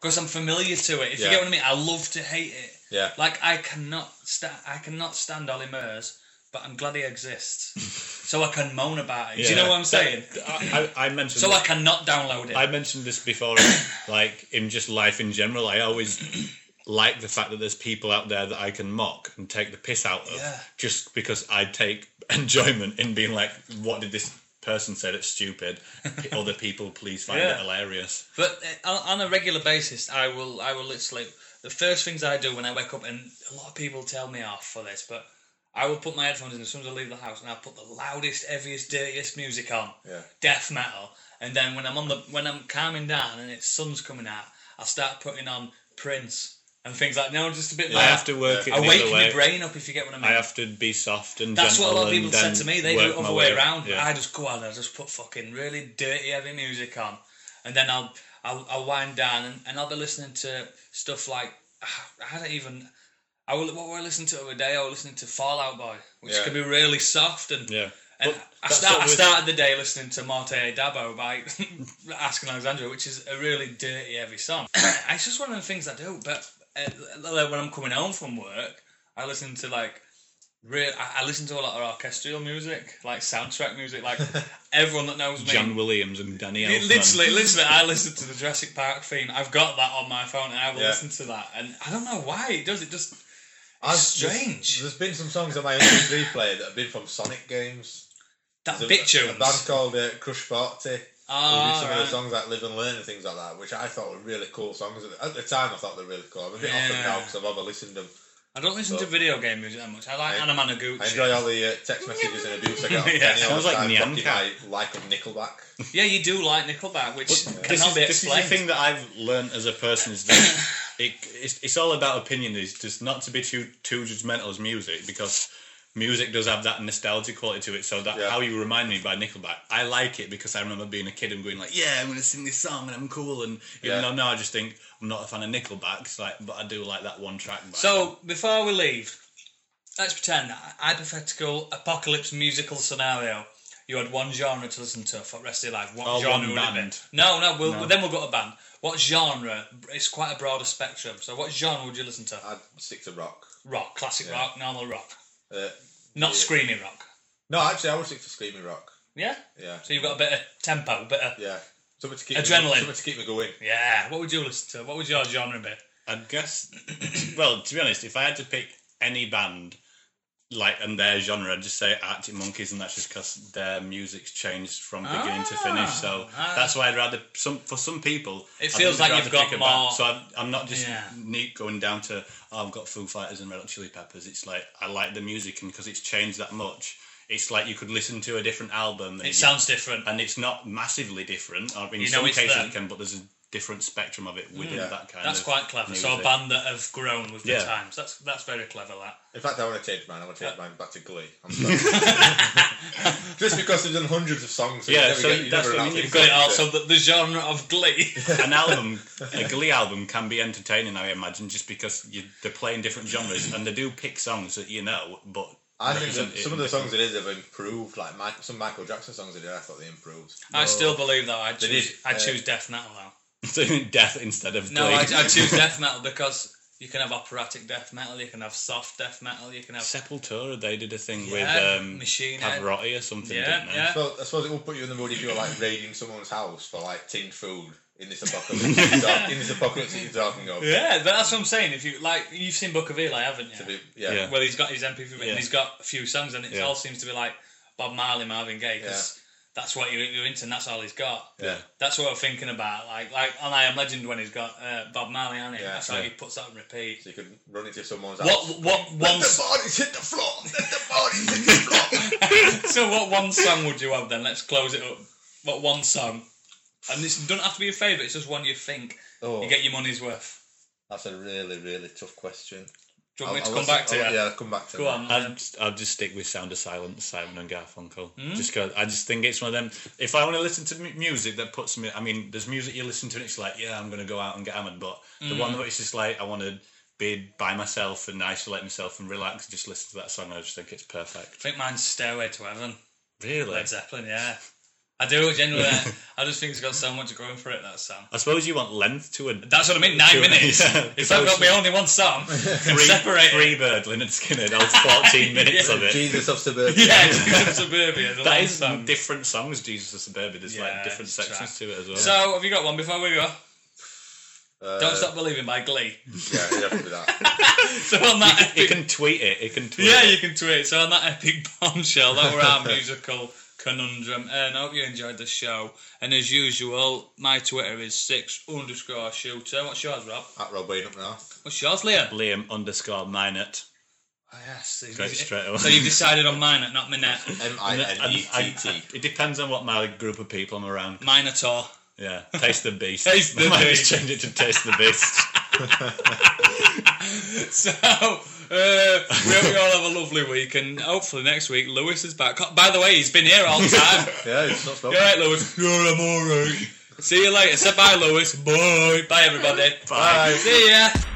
S3: because I'm familiar to it. If
S2: Yeah.
S3: you get what I mean, I love to hate it.
S2: Yeah.
S3: Like I cannot stand, I cannot stand Ollie Murs, but I'm glad he exists, so I can moan about it. Do you know what I'm saying?
S4: I, I, I mentioned
S3: So
S4: that-
S3: I cannot download it.
S4: I mentioned this before, like in just life in general. I always like the fact that there's people out there that I can mock and take the piss out of,
S3: Yeah.
S4: just because I take enjoyment in being like, "What did this person say that's stupid?" Other people please find
S3: Yeah.
S4: it hilarious.
S3: But uh, on on a regular basis, I will I will literally the first things I do when I wake up, and a lot of people tell me off for this, but I will put my headphones in as soon as I leave the house, and I'll put the loudest, heaviest, dirtiest music on.
S2: Yeah.
S3: Death metal. And then when I'm on the when I'm calming down and it's sun's coming out, I'll start putting on Prince and things like no, just a bit.
S4: I
S3: like-
S4: have to work it
S3: I
S4: the
S3: wake
S4: other
S3: my
S4: way.
S3: brain up if you get what I mean.
S4: I have to be soft and
S3: That's what a
S4: gentle.
S3: lot of people
S4: and
S3: said
S4: then
S3: to me. They do
S4: work
S3: it
S4: my
S3: other
S4: way
S3: way around.
S4: Yeah.
S3: I just go on. I just put fucking really dirty heavy music on, and then I'll I'll, I'll wind down and, and I'll be listening to stuff like I don't even. I will, what were I listening to the other day? I was listening to Fallout Boy, which
S2: Yeah.
S3: can be really soft and
S4: yeah.
S3: and
S4: But
S3: I,
S4: that's
S3: start,
S4: what
S3: I
S4: we-
S3: started the day listening to Morte Dabo by Asking Alexandra, which is a really dirty, heavy song. it's just one of the things I do. But uh, like when I'm coming home from work, I listen to like real. I, I listen to a lot of orchestral music, like soundtrack music. Like everyone that knows me,
S4: Jan Williams and Danny Elfman.
S3: literally, literally, I listen to the Jurassic Park theme. I've got that on my phone, and I will
S2: Yeah.
S3: listen to that. And I don't know why it does. It just
S2: I've-
S3: strange.
S2: There's, there's been some songs on my MP3 player that have been from Sonic games.
S3: that
S2: There's a-
S3: bit
S2: a, band
S3: tunes.
S2: called uh, Crush Forty. who did
S3: Ah,
S2: some of the
S3: right.
S2: songs like Live and Learn and things like that, which I thought were really cool songs. At the- At the time, I thought they were really cool. I'm a bit off them
S3: Yeah.
S2: now because I've over listened them.
S3: I don't listen to
S2: So-
S3: video game music that much. I like
S2: I-
S3: Anna Managuchi.
S2: I enjoy all the uh, text messages and abuse I get.
S3: Yeah.
S2: yeah,
S4: Sounds like Nyan Cat.
S2: my like of Nickelback.
S3: Yeah, you do like Nickelback, which
S4: But this,
S3: cannot
S4: is,
S3: be
S4: this is the
S3: explained.
S4: thing that I've learned as a person is that it, it's, it's all about opinion. Is just not to be too too judgmental as music because music does have that nostalgia quality to it. So that
S2: Yeah.
S4: how you remind me by Nickelback, I like it because I remember being a kid and going like, "Yeah, I'm going to sing this song and I'm cool." And even
S2: Yeah.
S4: though now I just think I'm not a fan of Nickelback, it's like, but I do like that one track. by them.
S3: So, before we leave, let's pretend a hypothetical apocalypse musical scenario. You had one genre to listen to for the rest of your life. What
S4: Oh,
S3: genre
S4: one
S3: would it
S4: band.
S3: be? No, no, we'll,
S4: No.
S3: Then we'll go to band. What genre? It's quite a broader spectrum. So, what genre would you listen to?
S2: I'd stick to rock.
S3: Rock, classic
S2: yeah.
S3: rock, normal rock,
S2: Uh,
S3: not
S2: Yeah.
S3: screaming rock.
S2: no, actually, I would stick to screaming rock.
S3: Yeah.
S2: Yeah,
S3: So you've got a bit of tempo, a bit of
S2: yeah. Something to keep Me,
S3: Adrenaline.
S2: something to keep me going.
S3: yeah. What would you listen to? What would your genre be?
S4: I'd guess. well, to be honest, if I had to pick any band, like and their genre, I'd just say Arctic Monkeys, and that's just because their music's changed from beginning to finish. So
S3: Ah.
S4: that's why I'd rather some for some people.
S3: It
S4: I
S3: feels
S4: think
S3: like
S4: they'd
S3: you've got
S4: rather pick a band.
S3: more-
S4: So I'm, I'm not just
S3: Yeah.
S4: neat going down to oh, I've got Foo Fighters and Red Hot Chili Peppers. It's like I like the music, and because it's changed that much, it's like you could listen to a different album. and
S3: It
S4: you-
S3: sounds different.
S4: and it's not massively different. I mean, in
S3: You know
S4: some
S3: it's
S4: cases
S3: there.
S4: it can, but there's a different spectrum of it within
S2: Yeah.
S4: that kind.
S3: That's
S4: of
S3: quite clever. So a
S4: music.
S3: band that have grown with the
S4: Yeah.
S3: times. That's that's very clever. That
S2: In fact, I want to change mine. I want to take mine back to Glee. I'm sorry. Just because they've done hundreds of songs.
S4: Yeah,
S2: you never
S4: so
S2: get, you
S4: that's
S2: never
S4: what I
S2: run
S4: mean,
S2: out
S4: you've
S2: of
S3: got
S2: things
S3: it
S2: to
S3: all.
S2: do.
S3: So the, the genre of Glee.
S4: an album, a Glee album, can be entertaining. I imagine just because you, they're playing different genres and they do pick songs that you know, but
S2: I think
S4: represent
S2: that
S4: it
S2: some of
S4: in
S2: the songs
S4: different-
S2: they did have improved. Like Mi- some Michael Jackson songs they did, I thought they improved.
S3: I
S4: Oh.
S3: still believe that I choose
S2: did,
S3: I
S2: uh,
S3: choose death metal though.
S4: doing death instead of
S3: No,
S4: Glee.
S3: I, I choose death metal because you can have operatic death metal, you can have soft death metal, you can have
S4: Sepultura. They did a thing
S3: Yeah,
S4: with um,
S3: Machine Head.
S4: Pavarotti or something,
S3: Yeah,
S4: didn't they?
S3: yeah.
S2: So I suppose it will put you in the mood if you're like raiding someone's house for like tinned food in this apocalypse. that you're talk- in this apocalypse that you're talking of.
S3: yeah. But that's what I'm saying. If you like, you've seen Book of Eli, haven't you?
S2: To be- yeah.
S4: Yeah.
S3: Well, he's got his MP3, and
S4: Yeah.
S3: he's got a few songs, and it
S4: Yeah.
S3: all seems to be like Bob Marley, Marvin Gaye, because that's what you're, you're into, and that's all he's got.
S2: Yeah.
S3: That's what I'm thinking about. Like, like on I Am Legend when he's got uh, Bob Marley on it.
S2: Yeah.
S3: that's how
S4: Yeah.
S3: he puts that on repeat.
S2: So you could run into someone's
S3: What,
S2: house.
S3: what
S2: Let
S3: one?
S2: the bodies hit the floor. Let the bodies hit the floor.
S3: so, what one song would you have then? Let's close it up. What one song? And this doesn't have to be your favourite. It's just one you think
S2: Oh,
S3: you get your money's worth.
S2: that's a really, really tough question.
S3: Do you want me to
S2: I'll-
S3: come
S2: I'll
S3: back to
S2: listen- I'll-
S3: it?
S2: Yeah, I'll come back to
S3: Go
S2: that.
S3: on.
S4: I'd, I'd just stick with Sound of Silence, Simon and Garfunkel.
S3: Hmm?
S4: Just 'cause I just think it's one of them. If I want to listen to mu- music that puts me, I mean, there's music you listen to and it's like, yeah, I'm going to go out and get hammered. But the
S3: Hmm.
S4: one that it's just like, I want to be by myself and isolate myself and relax, just listen to that song. I just think it's
S3: I
S4: perfect.
S3: think mine's Stairway to Heaven.
S4: Really?
S3: Led Zeppelin, yeah. I do generally. I just think it's got so much going for it. That song.
S4: I suppose you want length to a
S3: That's what I mean. Nine
S4: Sure,
S3: minutes.
S4: yeah.
S3: If I've got my only one song,
S4: free,
S3: separate.
S4: free bird, Leonard Skinner. That was 14 minutes of it.
S2: Jesus of Suburbia.
S3: Yeah, it's suburbia.
S4: That is
S3: song.
S4: different songs, Jesus of Suburbia. There's
S3: Yeah,
S4: like different
S3: it's
S4: sections to it as well.
S3: So, have you got one before we go?
S2: Uh,
S3: Don't stop believing by Glee.
S2: Yeah, you have to do that.
S3: So on that
S4: you
S3: epic,
S4: can tweet it. It can tweet
S3: yeah,
S4: it.
S3: you can tweet. So on that epic bombshell, that were our musical conundrum. And I hope you enjoyed the show. And as usual, my Twitter is six underscore shooter. What's yours, Rob?
S2: At Rob Wayne up now.
S3: What's yours, Liam?
S4: Liam underscore Minot.
S3: yes.
S4: Straight, straight away.
S3: So you've decided on minor, not minette.
S2: M I N E T T.
S4: It depends on what my group of people I'm around.
S3: Minotaur.
S4: Yeah, taste the beast.
S3: Taste the
S4: I might
S3: beast.
S4: just change it to taste the beast.
S3: So uh, we hope you all have a lovely week, and hopefully next week Lewis is back. By the way, he's been here all the time.
S2: Yeah, it's not spelled.
S3: you all right, Lewis? Yeah, I'm all right. See you later. Say bye, Lewis. Bye. Bye, everybody.
S2: Bye.
S3: See ya.